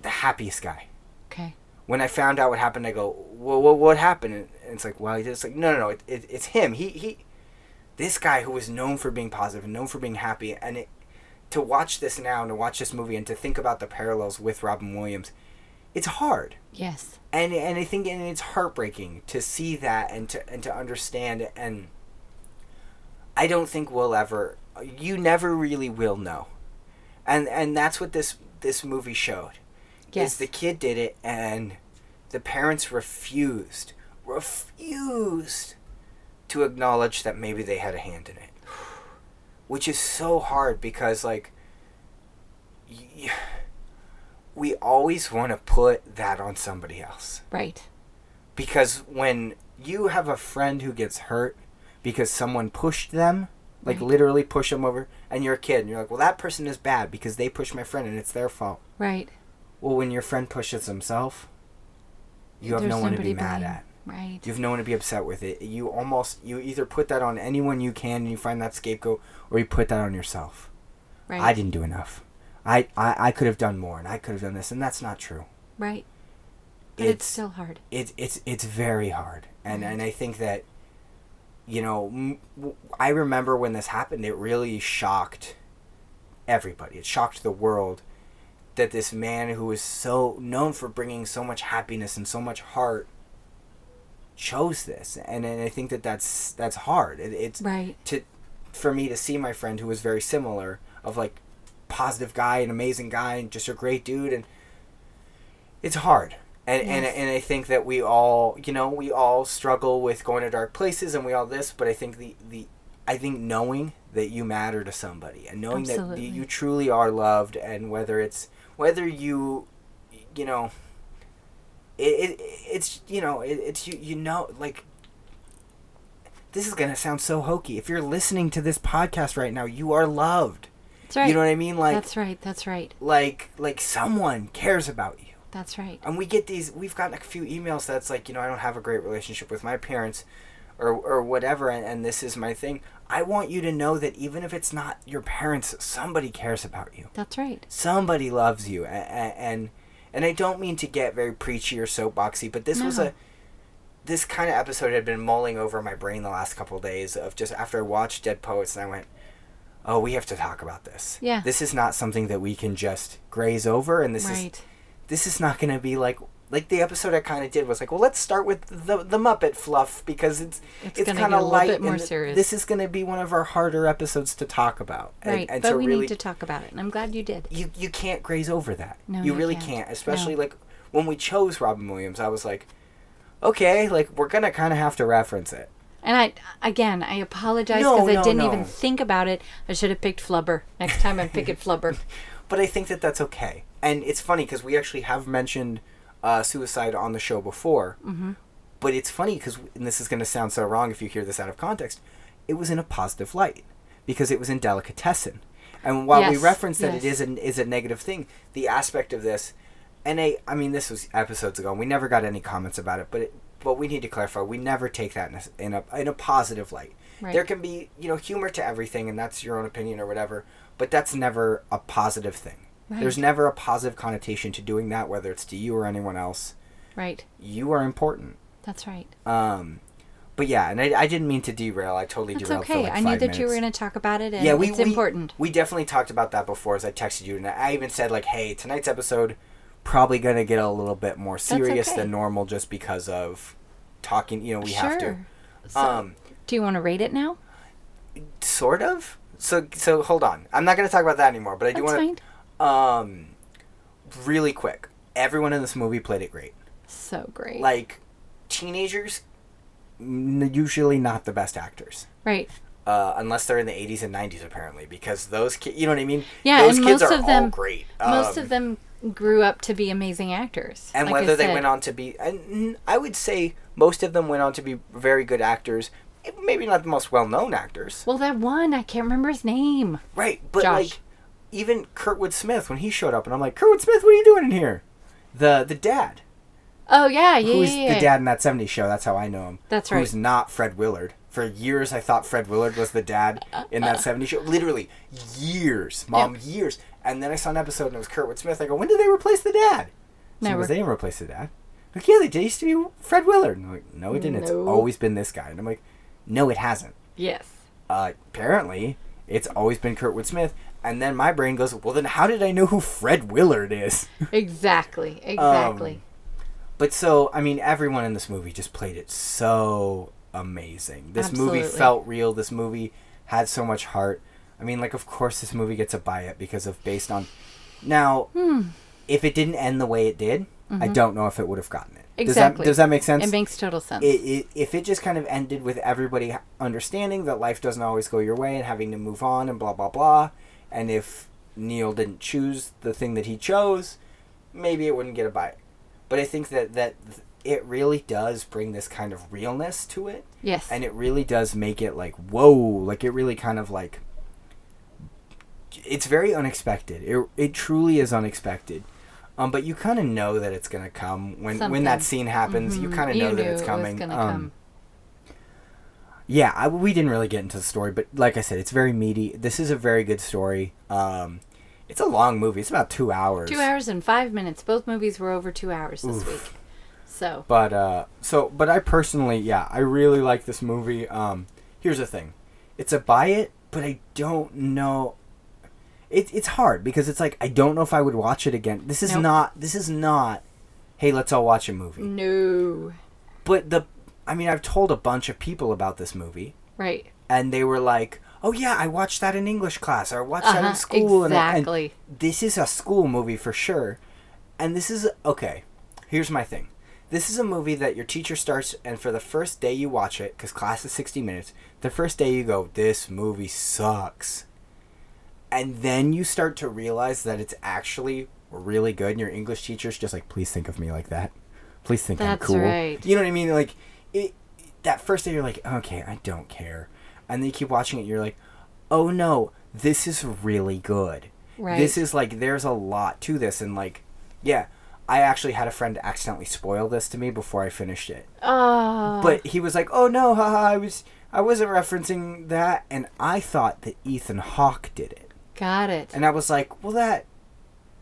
The happiest guy
Okay.
when I found out what happened, I go, well, what, what happened? And it's like, well, he did. It's like, no, no, no. It, it, it's him. He, he, this guy who was known for being positive and known for being happy. And it, to watch this now and to watch this movie and to think about the parallels with Robin Williams, it's hard.
Yes.
And, and I think and it's heartbreaking to see that and to, and to understand. And I don't think we'll ever, you never really will know. And, and that's what this, this movie showed
Yes.
is the kid did it and the parents refused refused to acknowledge that maybe they had a hand in it which is so hard because like y- we always want to put that on somebody else
right.
because when you have a friend who gets hurt because someone pushed them like
Right.
literally push them over and you're a kid and you're like well that person is bad because they pushed my friend and it's their fault
Right.
well, when your friend pushes himself, you have
There's
no one to be
nobody
mad
blame.
at.
Right.
You have no one to be upset with it. You almost you either put that on anyone you can and you find that scapegoat, or you put that on yourself.
Right.
I didn't do enough. I, I I could have done more, and I could have done this, and that's not true.
Right. But it's,
It's-
still hard.
It, it's it's very hard, and
Right.
and I think that, you know, m- w- I remember when this happened. It really shocked everybody. It shocked the world that this man who is so known for bringing so much happiness and so much heart chose this, and and I think that that's that's hard. It, it's
Right.
to for me to see my friend who was very similar of like positive guy an amazing guy and just a great dude and it's hard and, and
Yes.
and I think that we all you know we all struggle with going to dark places and we all this but I think the the I think knowing that you matter to somebody and knowing that
Absolutely.
you- you truly are loved and whether it's whether you you know it, it it's you know it, it's you you know like this is gonna sound so hokey if you're listening to this podcast right now you are loved
That's right.
you know what i mean like
That's right. That's right.
like like someone cares about you
That's right.
and we get these we've gotten a few emails that's like you know i don't have a great relationship with my parents or or whatever and, and this is my thing i want you to know that even if it's not your parents somebody cares about you
That's right.
somebody loves you a- a- and and I don't mean to get very preachy or soapboxy, but this was
No.
a this kind of episode had been mulling over my brain the last couple of days of just after I watched Dead Poets and I went, "Oh, we have to talk about this.
Yeah.
This is not something that we can just graze over and this is
right.
this is not going to be like like the episode I kind of did was like, well, let's start with the the Muppet fluff because it's
It's
it's,
gonna
kind
get
of
a little
light.
bit more
and th-
serious.
This is going to be one of our harder episodes to talk about. and-
right.
and
but
to
we
really
need to talk about it. And I'm glad you did.
you you can't graze over that.
No,
you
you
really
can't.
can't. Especially
No.
like when we chose Robin Williams, I was like, okay, like we're gonna kind of have to reference it.
And I again, I apologize
No,
because I
no,
didn't
no.
even think about it. I should have picked Flubber. Next time
[laughs]
I'm picking Flubber.
But I think that that's okay. And it's funny because we actually have mentioned uh, suicide on the show before. Mm-hmm. But it's funny because, and this is gonna sound so wrong if you hear this out of context, it was in a positive light because it was in delicatessen. And while we
Yes,
reference that
yes.
it is an, is a negative thing, the aspect of this and I, I mean, this was episodes ago, and we never got any comments about it. But it, but we need to clarify: we never take that in a s- in a, in a positive light.
Right.
There can be you know humor to everything, and that's your own opinion or whatever. But that's never a positive thing. There's
Right.
never a positive connotation to doing that, whether it's to you or anyone else.
Right.
You are important.
That's right.
Um, but yeah, and I, I didn't mean to derail. I totally
That's
derailed. For
okay.
like
I knew
five
that you were
minutes.
going to talk about it, and
yeah, we,
it's
we,
important.
We definitely talked about that before as I texted you, and I even said, like, hey, tonight's episode probably going to get a little bit more serious
okay.
than normal just because of talking, you know, we
sure.
have to.
So,
Um,
do you want to rate it now?
sort of? So, so hold on. I'm not going to talk about that anymore, but I do
That's
want
fine.
to. Um, really quick. Everyone in this movie played it great.
So great.
Like, teenagers, n- usually not the best actors.
right.
Uh, unless they're in the 80s and 90s, apparently, because those kids, you know what I mean?
Yeah,
those
and
kids
most
are
of
all
them-
great.
Most
Um,
of them grew up to be amazing actors.
and
like I
whether they
said.
went on to be and mm, i would say most of them went on to be very good actors Eh, maybe not the most well-known actors
Well, that one I can't remember his name.
right but
Josh.
like even kurtwood smith when he showed up and i'm like kurtwood smith what are you doing in here the the dad
Oh yeah, yeah,
who's
yeah, yeah.
the dad in that 70s show that's how i know him
That's
who's
right.
not fred willard for years i thought fred willard was the dad in that 70s show literally years mom years and then i saw an episode and it was kurtwood smith i go when did they replace the dad so
Never.
they didn't replace the dad like, yeah, they used to be Fred Willard. And I'm like, no, it didn't. It's
No.
always been this guy. And I'm like, no, it hasn't.
Yes.
Uh, apparently, it's always been Kurtwood Smith. And then my brain goes, well, then how did I know who Fred Willard is? [laughs]
Exactly.
Um,
Exactly.
But so, I mean, everyone in this movie just played it so amazing. This movie
Absolutely.
felt real. This movie had so much heart. I mean, like, of course, this movie gets a buy it because of based on. Now,
Hmm.
if it didn't end the way it did, I don't know if it would have gotten it. Does that,
Mm-hmm. Exactly.
does that make sense?
it makes total sense.
it, it, if it just kind of ended with everybody h- understanding that life doesn't always go your way and having to move on and blah blah blah, and if Neil didn't choose the thing that he chose, maybe it wouldn't get a bite. But I think that that th- it really does bring this kind of realness to it,
yes.
and it really does make it like whoa, like it really kind of like it's very unexpected. It it truly is unexpected. Um, but you kind of know that it's gonna come when when
Something.
that scene happens. You
Mhm.
kind of know
knew
that it's coming.
It was gonna
Um,
come.
yeah I, we didn't really get into the story but like i said it's very meaty this is a very good story um it's a long movie it's about two hours
Two hours and five minutes. Both movies were over two hours this week. So
but uh so but i personally yeah i really like this movie um here's the thing it's a buy it but i don't know it, it's hard because it's like i don't know if i would watch it again this is
Nope. Mm.
not this is not hey let's all watch a movie
no,
but the i mean i've told a bunch of people about this movie
right?
and they were like, "Oh yeah, I watched that in English class, or I watched that
Uh-huh,
in school." and-
exactly.
And, this is a school movie for sure. And this is okay. Here's my thing. This is a movie that your teacher starts, and for the first day you watch it, because class is 60 minutes, the first day you go, this movie sucks. And then you start to realize that it's actually really good, and your English teacher's just like, please think of me like that. Please think I'm
That's
cool.
right.
You know what I mean? Like, it, that first day you're like, okay, I don't care. And then you keep watching it, you're like, oh no, this is really good.
Right.
This is like, there's a lot to this. And like, yeah, I actually had a friend accidentally spoil this to me before I finished it.
Oh,
But he was like, oh no, haha, I was. I wasn't referencing that, and I thought that Ethan Hawke did it.
got it.
And I was like, well, that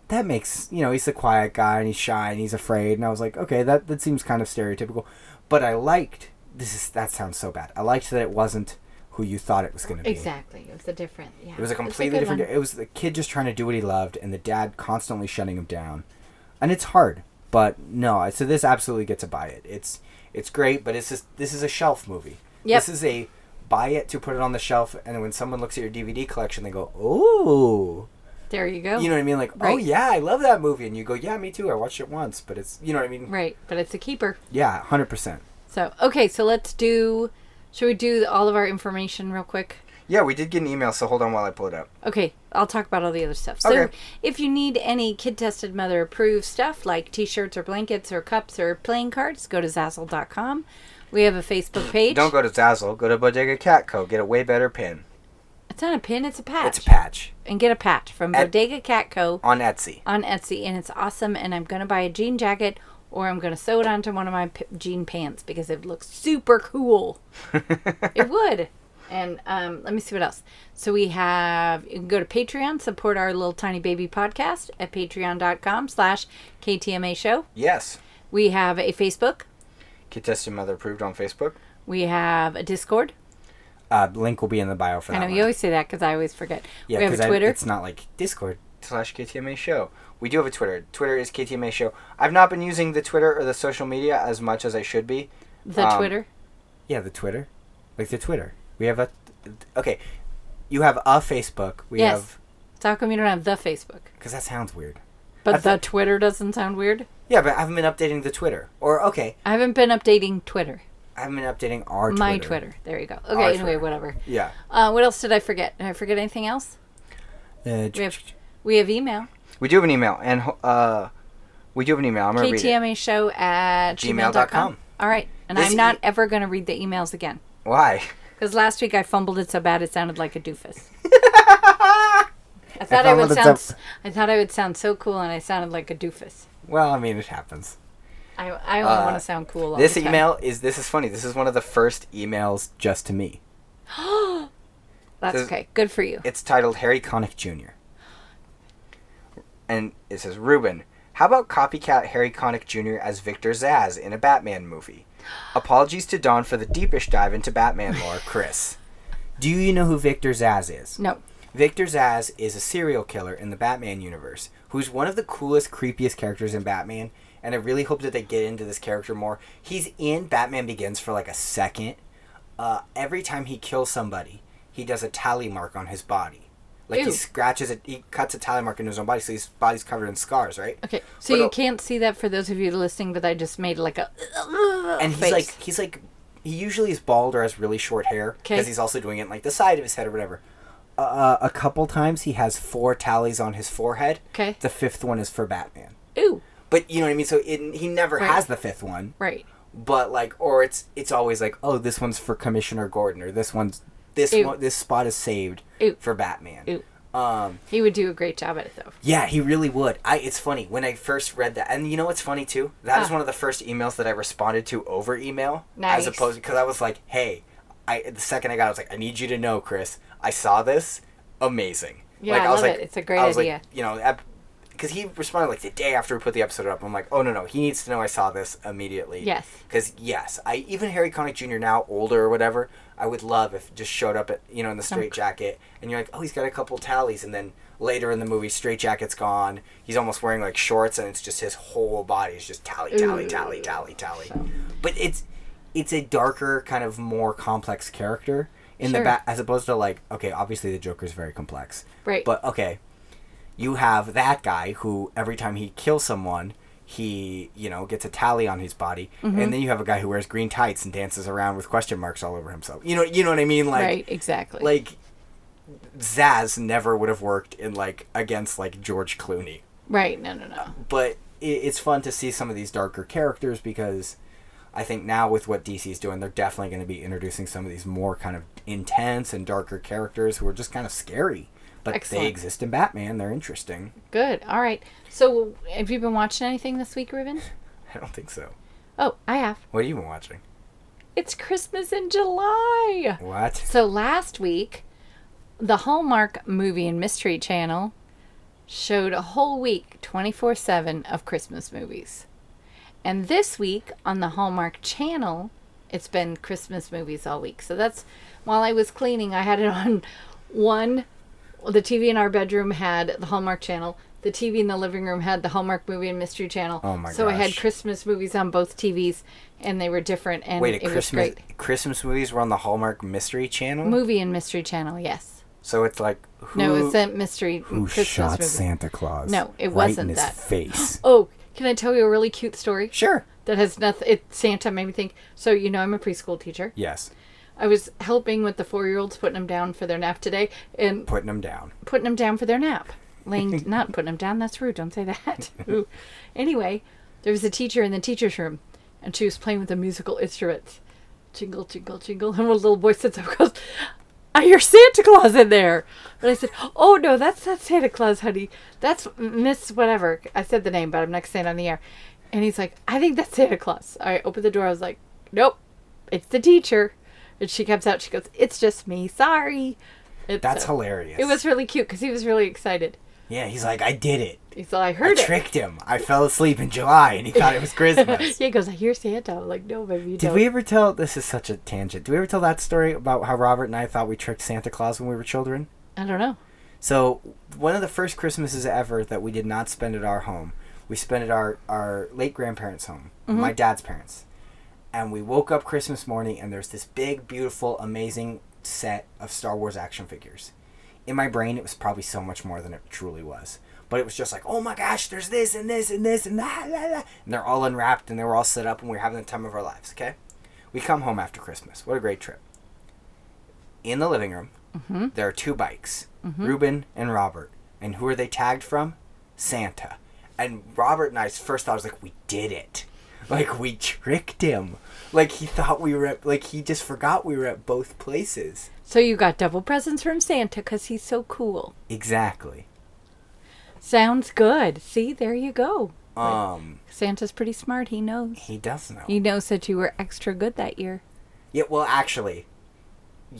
that makes you know he's the quiet guy and he's shy and he's afraid. And I was like, okay, that that seems kind of stereotypical. But I liked this is that sounds so bad. I liked that it wasn't who you thought it was going to be.
exactly. It was a different. Yeah.
It was a completely
good
different.
one.
It was the kid just trying to do what he loved, and the dad constantly shutting him down. And it's hard, but no. I- So this absolutely gets a buy it. It's it's great, but it's just this is a shelf movie.
Yep.
This is a buy it to put it on the shelf, and when someone looks at your DVD collection, they go, "Oh,
There you go.
you know what I mean? Like, oh
Right.
yeah, I love that movie, and you go, yeah, me too. I watched it once, but it's you know what I mean?
right? But it's a keeper.
Yeah, hundred percent.
So okay, so let's do. Should we do all of our information real quick?
Yeah, we did get an email, so hold on while I pull it up.
Okay, I'll talk about all the other stuff. So,
Okay.
if you need any kid tested mother approved stuff like t shirts or blankets or cups or playing cards, go to Zazzle.com. We have a
[clears throat]
Facebook page.
Don't go to Zazzle. Go to Bodega Cat Co. Get a way better pin.
It's not a pin, it's a patch.
It's a patch
and get a patch from
At-
Bodega Cat Co.
on Etsy.
on Etsy, and it's awesome. And I'm going to buy a jean jacket or I'm going to sew it onto one of my p- jean pants because it looks
[laughs]
super cool. it would. And um, let me see what else. So we have, you can go to Patreon, support our little tiny baby podcast at patreon.com slash KTMA show.
Yes.
We have a Facebook.
Get tested, mother approved on Facebook.
We have a Discord.
Uh, link will be in the bio for
I
that.
know
one.
you always say that because I always forget.
yeah,
we have
'cause
a
I-
Twitter.
it's not like Discord slash KTMA show. We do have a Twitter. Twitter is KTMA show. I've not been using the Twitter or the social media as much as I should be.
the
um,
Twitter.
Yeah, the Twitter. Like the Twitter. We have a. Okay. You have a Facebook. We
Yes.
have.
So how come you don't have the Facebook?
Because that sounds weird.
But
I thought-
the Twitter doesn't sound weird.
Yeah, but I haven't been updating the Twitter. Or, okay.
I haven't been updating Twitter.
I haven't been updating our Twitter. Oh,
My Twitter. There you go. Okay,
Our
anyway,
Twitter.
whatever.
Yeah.
Uh, what else did I forget? Did I forget anything else?
Uh,
We have, we have email.
we do have an email. And uh, we do have an email. I'm going to read it.
KTMA show at
Gmail.com.
gmail.com. All right. And
This
I'm not
e-
ever going to read the emails again.
Why? [laughs]
Because last week I fumbled it so bad it sounded like a doofus. I thought I,
fumbled
would
it so-
sound. s- I thought I would sound so cool, and I sounded like a doofus.
Well, I mean, it happens.
I, I only
Uh,
want to sound cool. All
This
the time.
email is this is funny. This is one of the first emails just to me.
That's
says-
okay. Good for you.
It's titled Harry Connick Jr. And it says, Ruben, How about copycat Harry Connick Jr. as Victor Zaz in a Batman movie? Apologies to Don for the deepish dive into Batman lore, Chris. Do you know who Victor Zaz is?
No.
Victor Zsasz is a serial killer in the Batman universe, who's one of the coolest, creepiest characters in Batman, and I really hope that they get into this character more. He's in Batman Begins for like a second. Uh, every time he kills somebody, he does a tally mark on his body. Like he
Ew.
scratches it, he cuts a tally mark into his own body, so his body's covered in scars, right?
Okay. So
But
you
I'll-
can't see that for those of you listening, but I just made like a
and he's
face.
like he's like he usually is bald or has really short hair
'Kay.
because he's also doing it in like the side of his head or whatever. Uh, a couple times he has four tallies on his forehead.
'Kay.
The fifth one is for Batman,
ooh,
but you know what I mean. So it, he never
Right.
has the fifth one,
right.
but like or it's it's always like oh this one's for Commissioner Gordon or this one's this
Ew.
one this spot is saved
Ew.
for Batman.
Ooh.
Um,
He would do a great job at it though.
yeah, he really would. I it's funny when I first read that, and you know what's funny too? That is
Ah.
one of the first emails that I responded to over email,
Nice.
as opposed because I was like, hey, I the second I got, it, I was like, I need you to know, Chris, I saw this, amazing.
Yeah,
like,
I
was
love
like,
it. It's a great
I was
idea.
Like, you know, because he responded like the day after we put the episode up. I'm like, oh no no, he needs to know I saw this immediately.
Yes.
Because yes, I even Harry Connick Jr. now older or whatever, I would love if just showed up at you know in the straight jacket and you're like, oh, he's got a couple tallies, and then later in the movie, straight jacket's gone. He's almost wearing like shorts, and it's just his whole body is just tally, tally,
Ooh.
tally, tally, tally.
So-
But it's it's a darker kind of more complex character in the
Sure.
bat as opposed to like okay, obviously the Joker's very complex,
Right.
but okay, you have that guy who every time he kills someone, he you know gets a tally on his body,
Mm-hmm.
and then you have a guy who wears green tights and dances around with question marks all over himself. You know, you know what I mean? Like,
right. Exactly.
like Zaz never would have worked in like against like George Clooney,
right. No. No. No.
but it, it's fun to see some of these darker characters because. I think now with what DC's doing, they're definitely going to be introducing some of these more kind of intense and darker characters who are just kind of scary, but
Excellent.
they exist in Batman. They're interesting.
Good. All right. So have you been watching anything this week, Ruben?
[laughs] I don't think so.
Oh, I have.
What have you been watching?
It's Christmas in July.
What?
So last week, the Hallmark Movie and Mystery Channel showed a whole week, 24 7 of Christmas movies. And this week on the Hallmark Channel, it's been Christmas movies all week. So that's while I was cleaning, I had it [laughs] on one. The TV in our bedroom had the Hallmark Channel. The TV in the living room had the Hallmark Movie and Mystery Channel.
Oh my
So I had
gosh.
Christmas movies on both TVs, and they were different. And
Wait,
it
a
was
Christmas
great.
Christmas movies were on the Hallmark Mystery Channel.
Movie and Mystery Channel, yes.
So it's like who?
No, it's a mystery
who
Christmas
shot
movie.
Santa Claus?
No,
right
it
in
wasn't
his
that. [laughs]
face.
Oh, can I tell you a really cute story
sure.
that has nothing? It Santa made me think. So you know, I'm a preschool teacher.
Yes,
I was helping with the four year olds putting them down for their nap today, and
putting them down.
putting them down for their nap. Laying, not putting them down. That's rude. Don't say that. Ooh. Anyway, there was a teacher in the teacher's room, and she was playing with a musical instrument. Jingle, jingle, jingle. And one little boy sits up and goes, I hear Santa Claus in there. And I said, Oh, no, that's not Santa Claus, honey. That's Miss whatever. I said the name, but I'm not saying it on the air. And he's like, I think that's Santa Claus. I opened the door. I was like, Nope, it's the teacher. And she comes out. She goes, It's just me. Sorry. And
That's
so-
hilarious.
it was really cute because he was really excited.
Yeah, he's like, I did it.
He's like, I
I
heard it.
tricked him. I fell asleep in July, and he thought
[laughs]
it was Christmas.
yeah, he goes, I hear Santa. I'm like, no, baby, you
Did
don't.
we ever tell? This is such a tangent. Did we ever tell that story about how Robert and I thought we tricked Santa Claus when we were children?
I don't know.
So one of the first Christmases ever that we did not spend at our home, we spent at our our late grandparents' home, my dad's parents, and we woke up Christmas morning and there's this big, beautiful, amazing set of Star Wars action figures. In my brain, it was probably so much more than it truly was, but it was just like, oh my gosh, there's this and this and this and that, la, la. and they're all unwrapped and they were all set up and we were having the time of our lives. Okay, we come home after Christmas. What a great trip! In the living room, there are two bikes, Reuben and Robert. And who are they tagged from? Santa. And Robert and I's first thought was like, we did it. Like, we tricked him. Like, he thought we were at, like, he just forgot we were at both places.
So you got double presents from Santa because he's so cool.
Exactly.
Sounds good. See, there you go.
Um,
Santa's pretty smart. He knows.
he does know.
He knows that you were extra good that year.
Yeah, well, actually,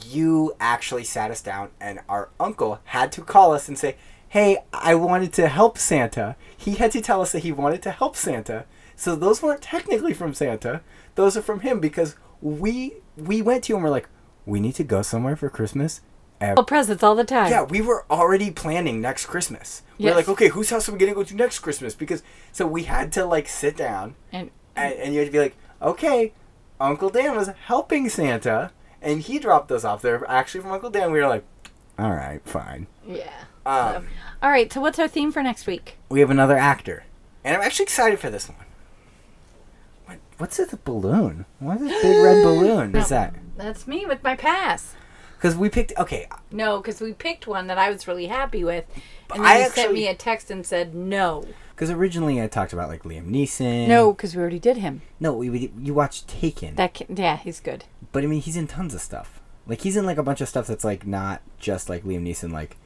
you actually sat us down, and our uncle had to call us and say, hey, I wanted to help Santa. He had to tell us that he wanted to help Santa. So those weren't technically from Santa. Those are from him because we we went to him. We're like, we need to go somewhere for Christmas. And
Well, presents all the time.
yeah, we were already planning next Christmas. We
Yes.
We're like, okay, whose house are we gonna go to next Christmas? Because so we had to like sit down
And
and, and you had to be like, okay, Uncle Dan was helping Santa, and he dropped us off there. Actually, from Uncle Dan, we were like, all right, fine.
yeah.
Um,
All right. So what's our theme for next week?
we have another actor, and I'm actually excited for this one. What, what's with the balloon? What is this big red balloon? Is that
That's me with my pass.
because we picked? Okay,
No, because we picked one that I was really happy with, and then
I
you sent
actually-
me a text and said no.
because originally I talked about like Liam Neeson.
No, because we already did him.
no, we, we you watched Taken,
That ca- yeah, he's good.
but I mean he's in tons of stuff. Like he's in like a bunch of stuff that's like not just like Liam Neeson, like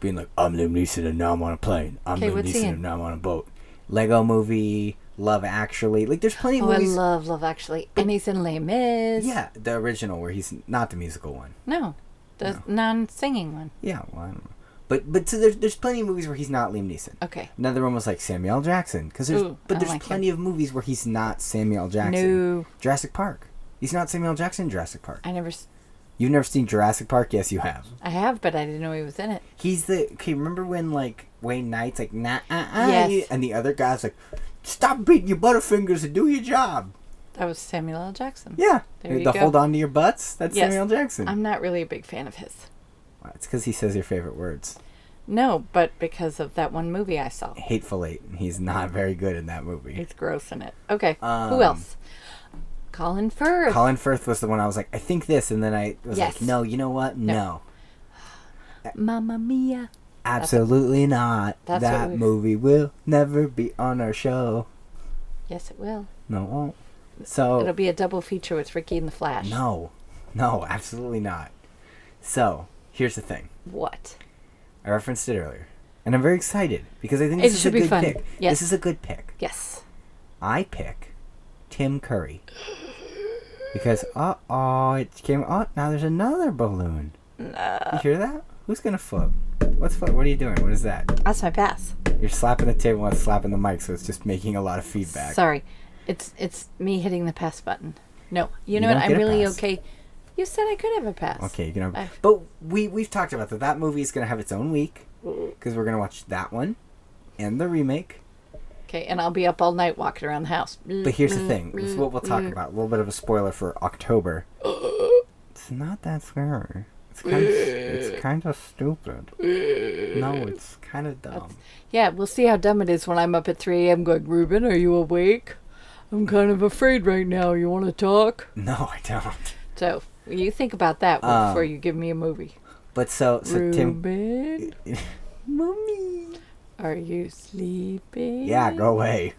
being like I'm Liam Neeson and now I'm on a plane. I'm
'Kay,
Liam
what's he
Neeson
in?
and now I'm on a boat. Lego Movie, Love Actually, like there's plenty of
Oh, I
movies.
love Love Actually, and he's in Les Mis.
yeah, the original where he's not the musical one.
No, the non-singing one.
Yeah, well, I don't know. But but so there's there's plenty of movies where he's not Liam Neeson.
Okay.
Another one was like Samuel L. Jackson because there's
Ooh, I
but there's
like him.
plenty of movies where he's not Samuel L. Jackson.
No,
Jurassic Park. He's not Samuel L. Jackson. in Jurassic Park.
I never. s-
You've never seen Jurassic Park? Yes, you have.
I have, but I didn't know he was in it.
He's the okay. Remember when like Wayne Knight's like nah uh, uh,
Yes.
you-" and the other guy's like, stop beating your butterfingers and do your job.
That was Samuel L. Jackson.
Yeah.
There you
the
go.
hold on to your butts. That's
Yes.
Samuel L. Jackson.
I'm not really a big fan of his.
It's because he says your favorite words.
No, but because of that one movie I saw.
Hateful Eight. and He's not very good in that movie.
It's gross in it. Okay.
Um,
Who else? Colin Firth.
Colin Firth was the one I was like, I think this, and then I was
Yes.
like, No, you know what? No,
Mamma Mia.
absolutely not.
That's what
that
we-
movie will never be on our show.
Yes, it will.
No, it won't. So
It'll be a double feature with Ricky and the Flash.
Oh. no, no, absolutely not. So here's the thing.
What?
I referenced it earlier, and I'm very excited because I think
It
this is a
should be
good
fun.
pick.
Yes.
This is a good pick.
Yes.
I pick Tim Curry because uh oh, it came. Oh, now there's another balloon. You hear that? Who's gonna flip? What's flip? What are you doing? What is that?
That's my pass.
You're slapping the table and slapping the mic, so it's just making a lot of feedback.
Sorry. It's it's me hitting the pass button. No. You
You
know what?
don't
I'm
get a
really
pass.
okay. You said I could have a pass.
Okay, you can have.
I-
But we we've talked about that. That movie is gonna have its own week because we're gonna watch that one and the remake.
Okay, and I'll be up all night walking around the house.
But here's
Mm-hmm.
the thing. This is what we'll talk about. A little bit of a spoiler for October. It's not that scary. It's kind of, it's kind of stupid. No, it's kind of dumb.
[gasps] Yeah, we'll see how dumb it is when I'm up at 3 a.m. going, Ruben, are you awake? I'm kind of afraid right now. You want to talk?
No, I don't.
So you think about that
Um,
before you give me a movie.
But so so
[laughs]
Tim,
Ruben,
mommy.
are you sleeping?
Yeah, go away.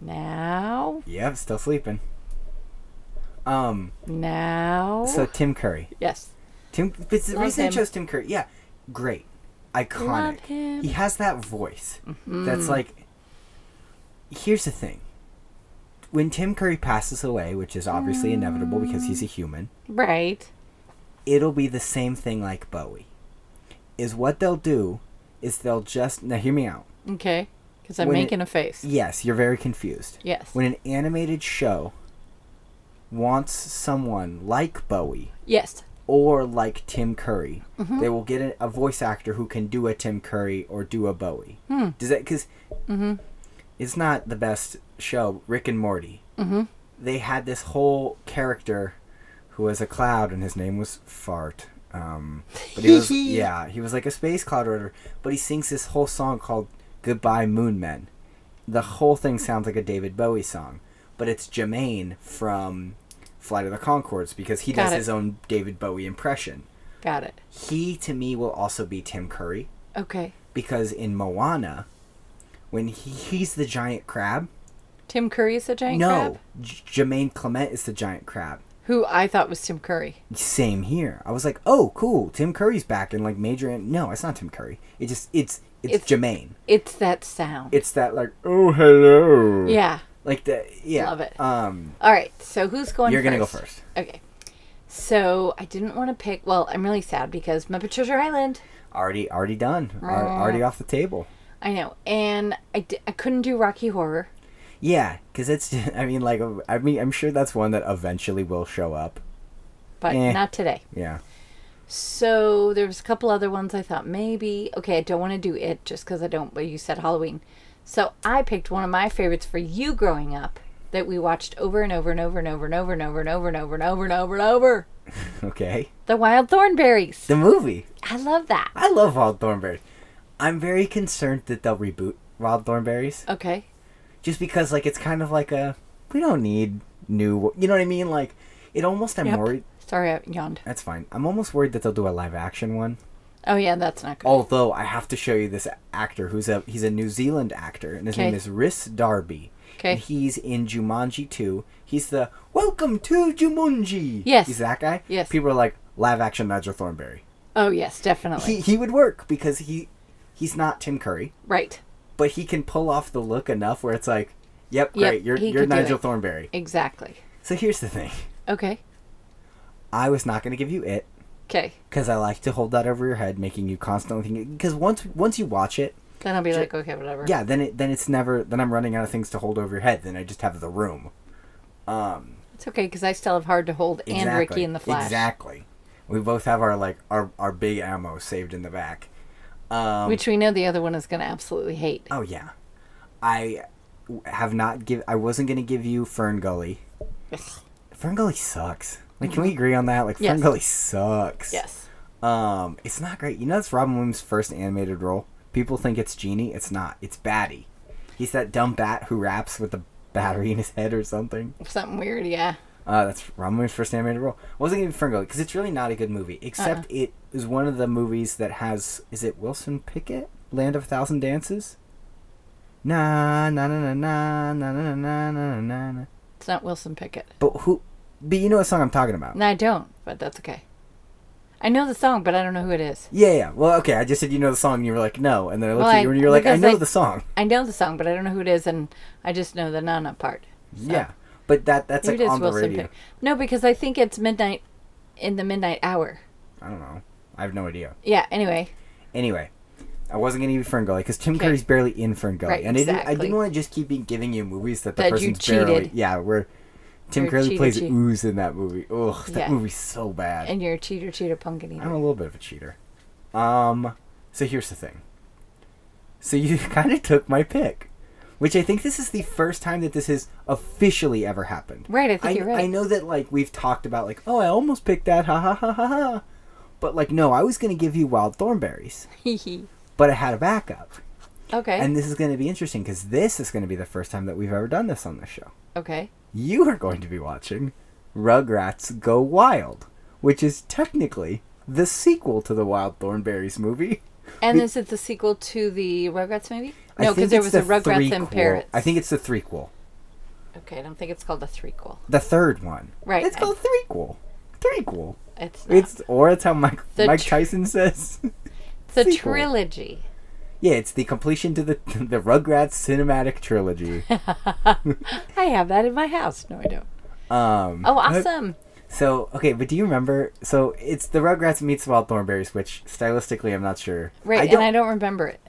Now,
Yep, still sleeping. Um.
now.
So Tim Curry.
yes,
Tim. It's the
Oh. Love
reason
him.
I chose Tim Curry. Yeah, great, iconic.
Love him. Mm-hmm.
He has that voice that's like. Here's the thing. When Tim Curry passes away, which is obviously inevitable because he's a human,
right.
it'll be the same thing like Bowie. Is what they'll do is they'll just now hear me out.
Okay, because I'm
When it-
making a face.
Yes, you're very confused.
Yes.
When an animated show wants someone like Bowie
yes.
or like Tim Curry. They will get a, a voice actor who can do a Tim Curry or do a Bowie. Does that because
Mm-hmm.
it's not the best show? Rick and Morty. Mm-hmm. They had this whole character who was a cloud, and his name was Fart. Um, but he
[laughs]
was yeah, he was like a space cloud or whatever. But he sings this whole song called "Goodbye Moon Men." The whole thing sounds like a David Bowie song, but it's Jermaine from Flight of the Concords because he
Got
does
it.
his own David Bowie impression.
Got it.
He to me will also be Tim Curry
Okay.
because in Moana, when he, he's the giant crab,
Tim Curry is a giant
no,
crab?
J- Jermaine Clement is the giant crab.
Who I thought was Tim Curry.
Same here. I was like, oh, cool, Tim Curry's back in like major. And no, it's not Tim Curry. It just it's it's,
It's-
Jermaine.
It's that sound.
It's that like oh hello,
yeah.
like the yeah.
Love it.
Um,
All right. So who's going?
you're
going
gonna
to
go first.
Okay. So I didn't want to pick. Well, I'm really sad because Muppet Treasure Island.
already already done, Ar- already off the table.
I know. And I, d- I couldn't do Rocky Horror.
Yeah, because it's. I mean, like, I mean, I'm sure that's one that eventually will show up.
but
Eh.
not today.
Yeah. [laughs]
So there was a couple other ones I thought maybe okay I don't want to do it just because I don't. But you said Halloween, so I picked one of my favorites for you growing up that we watched over and over and over and over and over and over and over and over and over and over and over.
Okay.
The Wild Thornberries.
The movie.
I love that.
I love Wild Thornberries. I'm very concerned that they'll reboot Wild Thornberries,
Okay.
just because like it's kind of like a we don't need new. You know what I mean? Like it almost. I'm
Yep.
worried.
Sorry, I yawned.
That's fine. I'm almost worried that they'll do a live action one.
Oh yeah, that's not good.
Although I have to show you this actor who's a he's a New Zealand actor and his
Okay.
name is Rhys Darby.
Okay.
And he's in Jumanji 2. He's the Welcome to Jumanji.
Yes.
He's that guy.
Yes.
People are like live action Nigel Thornberry.
Oh yes, definitely.
He he would work because he he's not Tim Curry,
Right.
but he can pull off the look enough where it's like, yep,
Yep,
great, you're
he
you're
could do
Nigel
it.
Thornberry.
Exactly.
So here's the thing.
Okay.
I was not going to give you it
Okay.
because I like to hold that over your head, making you constantly think. Because once once you watch it,
Then I'll be
Ju-
like, okay, whatever.
yeah then it then it's never then i'm running out of things to hold over your head then i just have the room um
It's okay because I still have hard to hold and Ricky in the Flash.
exactly we both have our like our our big ammo saved in the back um
Which we know the other one is going to absolutely hate.
oh yeah i w- have not give i wasn't gonna give you fern gully Uh, fern gully sucks like can we agree on that like
Yes.
fern gully sucks
Yes.
um it's not great you know that's robin williams first animated role people think it's genie it's not it's batty he's that dumb bat who raps with the battery in his head or something
Something weird, yeah.
Uh, that's Ron Williams' first animated role. Wasn't even Ferngully because it's really not a good movie. Except
Uh-uh.
it is one of the movies that has is it Wilson Pickett, Land of a Thousand Dances? Na na na na na na na na na na na. na.
It's not Wilson Pickett.
But who? But you know what song I'm talking about?
No, I don't, but that's okay. I know the song, but I don't know who it is.
Yeah, yeah. Well, okay. I just said you know the song, and you were like no, and then I looked
Well,
at you
I-
and you were like I
because
know
I-
the song.
I know the song, but I don't know who it is, and I just know the Nana part.
Yeah, but that that's
Maybe
like
it is
on the
Wilson
radio.
Pickett. No, because I think it's midnight in the midnight hour.
I don't know. I have no idea.
Yeah, anyway.
Anyway, I wasn't gonna give you Ferngully because Tim
Okay.
Curry's barely in Ferngully,
Right,
and I didn't, I
exactly.
didn't want to just keep be- giving you movies that the
That you
person's barely.
cheated.
Yeah, where Tim
You're
Curry
cheated,
plays
cheat-
ooze in that movie. Ugh, that
Yeah.
movie's so bad.
And you're a cheater, cheater, pumpkin
I'm
eater.
a little bit of a cheater. Um, so here's the thing. So you [laughs] kind of took my pick, which I think this is the first time that this has officially ever happened.
Right, I think you're right.
I know that like we've talked about like oh I almost picked that ha ha ha ha ha, but like no I was gonna give you Wild Thornberries
[laughs] Hee hee.
but I had a backup.
Okay.
And this is going to be interesting because this is going to be the first time that we've ever done this on this show.
okay.
You are going to be watching Rugrats Go Wild, which is technically the sequel to the Wild Thornberries movie.
And
we-
is it the sequel to the Rugrats movie?
I
No,
think
because there
it's
was a
the
Rugrats
threequel.
and Parrots.
I think it's the threequel.
Okay, I don't think it's called a threequel.
The third one.
Right,
It's
I-
called threequel. Threequel.
It's not.
It's or it's how Mike
The
Mike
tr-
Tyson says. [laughs]
the
sequel.
trilogy.
yeah, it's the completion to the [laughs] the Rugrats cinematic
[laughs]
trilogy.
I have that in my house. No, I don't.
Um,
Oh,
I-
awesome.
So okay, but do you remember? So it's the Rugrats meets Wild Thornberries, which stylistically I'm not sure.
Right,
I
and
don't,
I don't remember it.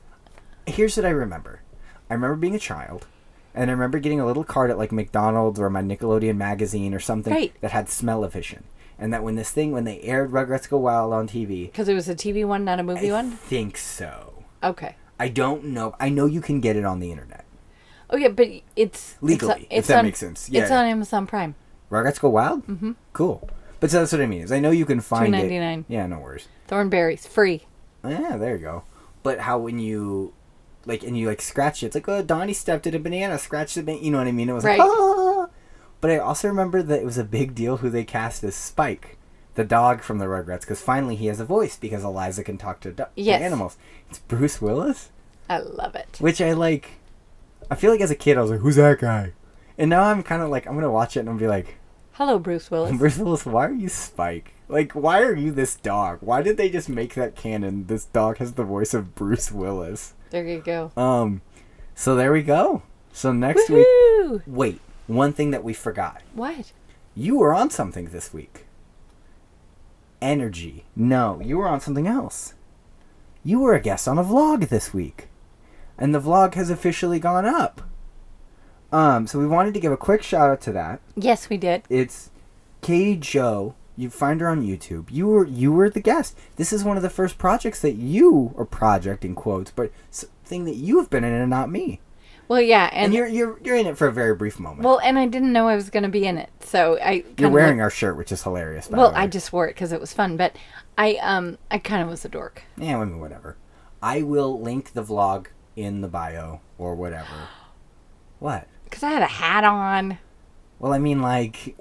Here's what I remember. I remember being a child, and I remember getting a little card at like McDonald's or my Nickelodeon magazine or something
Right.
that had smell-o-vision, and that when this thing when they aired Rugrats Go Wild on TV,
Because it was a TV one, not a movie
I
one?
think so.
Okay.
I don't know. I know you can get it on the internet.
Oh, yeah, but it's.
Legally,
it's,
if that
on-
makes sense.
It's
Yeah.
on Amazon Prime.
Rugrats Go Wild. Mm-hmm. Cool. But so that's what I mean is I know you can find it.
$2.99.
Yeah, no worries.
Thornberries, free.
Yeah, there you go. But how when you like and you like scratch it, it's like oh Donnie stepped in a banana, scratched the banana. You know what I mean? It was
Right.
like ah. [laughs] But I also remember that it was a big deal who they cast as Spike, the dog from the Rugrats, because finally he has a voice because Eliza can talk to, do- to
Yes.
animals. It's Bruce Willis,
I love it.
which I like. I feel like as a kid I was like, who's that guy? And now I'm kind of like I'm gonna watch it and I'll be like,
Hello, Bruce Willis.
Bruce Willis, why are you Spike? Like, why are you this dog? Why did they just make that canon? This dog has the voice of Bruce Willis.
There you go.
Um, so there we go. So [laughs] next week,
Woo!
wait, one thing that we forgot.
What?
You were on something this week. Energy. No, you were on something else. You were a guest on a vlog this week. And the vlog has officially gone up. Um, so we wanted to give a quick shout out to that.
Yes, we did.
It's Katie Joe. You find her on YouTube. You were you were the guest. This is one of the first projects that you or project in quotes, but s- thing that you have been in and not me.
Well, yeah,
And,
and,
you're you're you're in it for a very brief moment.
well, and I didn't know I was going to be in it, so I
you're
kinda
wearing
looked-
our shirt, which is hilarious. By
well,
the way.
I just wore it because it was fun, but I um I kind of was a dork.
yeah, I mean, whatever. I will link the vlog in the bio or
[gasps]
whatever. what?
Because I had a hat on.
Well, I mean, like,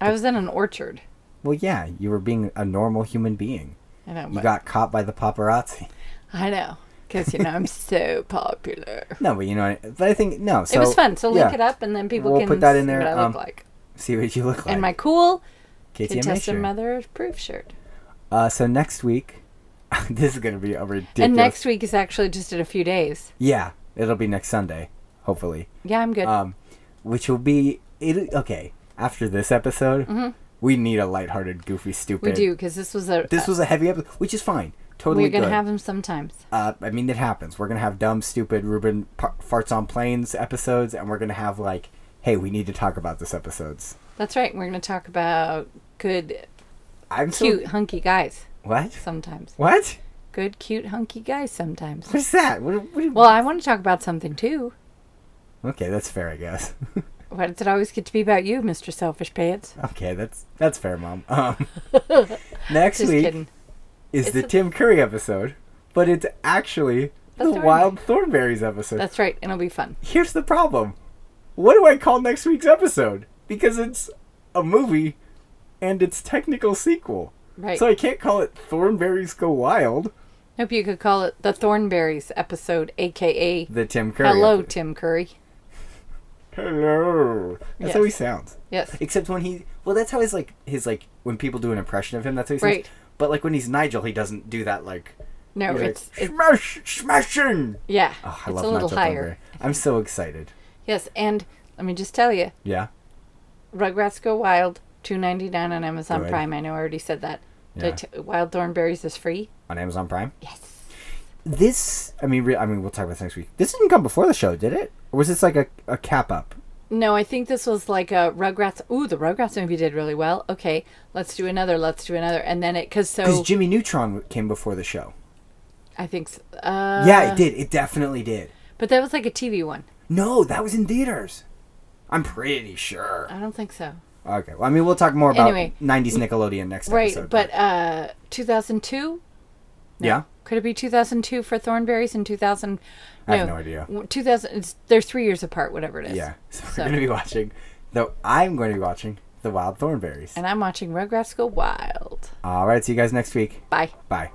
I was in an orchard.
well, yeah, you were being a normal human being.
I know.
You
But,
got caught by the paparazzi. [laughs]
I know. Because, you know, I'm so popular.
No, but you know, what I- but I think no. So
it was fun. So
yeah,
link it up and then people
We'll
can
put that in
see
there,
what I look
um,
like.
See what you look like.
And my cool
KTMA
contestant
shirt.
mother proof shirt.
Uh, so next week, [laughs] this is gonna be a ridiculous.
And next week is actually just in a few days.
yeah, it'll be next Sunday, hopefully.
Yeah, I'm good.
Um, which will be it. Okay, after this episode, we need a lighthearted, goofy, stupid.
Mm-hmm. we do because this was a. uh,
This was a heavy episode, which is fine. Totally
we're gonna
good.
have them sometimes.
uh, I mean, it happens. We're gonna have dumb, stupid Ruben par- farts on planes episodes, and we're gonna have like, hey, we need to talk about this episodes.
That's right. We're gonna talk about good,
I'm so
cute, hunky guys
what?
sometimes.
What?
Good, cute, hunky guys sometimes.
What is that? What, what,
Well, I want to talk about something too.
okay, that's fair, I guess. [laughs]
Why does it always get to be about you, Mister Selfish Pants?
okay, that's that's fair, mom.
[laughs]
Um, next
Just
week
kidding.
is the
a-
Tim Curry episode, but it's actually the
That's all right.
Wild Thornberries episode.
That's right, and it'll be fun.
Here's the problem. What do I call next week's episode? Because it's a movie and it's technical sequel.
Right.
So I can't call it Thornberries Go Wild.
Hope you could call it the Thornberries episode, aka
The Tim Curry.
Hello,
epi-
Tim Curry.
Hello. That's how
Yes.
he sounds.
Yes.
Except when he well, that's how his like his like when people do an impression of him, that's how he sounds.
Right.
But like when he's Nigel, he doesn't do that like
No,
he's like,
Oh, it's, it's
smash smashing.
yeah.
Oh, I
it's
love
a little
Nigel
higher.
Thornberry. I'm so excited.
Yes, and let me just tell you,
Yeah.
Rugrats Go Wild, two ninety nine on Amazon
Good.
Prime. I know I already said that. Did I
Yeah.
t- Wild Thornberries is free.
On Amazon Prime.
Yes.
This, I mean, re- I mean, we'll talk about this next week. This didn't come before the show, did it? Or was this like a, a cap up?
No, I think this was like a Rugrats. Ooh, the Rugrats movie did really well. Okay, let's do another. Let's do another, and then it because
Because
so
Jimmy Neutron w- came before the show.
I think s- uh,
yeah, it did. It definitely did.
But that was like a TV one.
No, that was in theaters. I'm pretty sure.
I don't think so.
Okay. Well, I mean, we'll talk more about
Uh. Anyway.
90s Nickelodeon next
Right,
episode.
but uh, two thousand two.
yeah.
Could it be 2002 for Thornberries and 2000? No,
I have no idea.
w- 2000. It's, they're three years apart. Whatever it is.
Yeah. [laughs] So we're
So-
going to be watching, though, I'm going to be watching The Wild Thornberries.
And I'm watching Rugrats Go Wild.
All right. See you guys next week.
Bye.
Bye.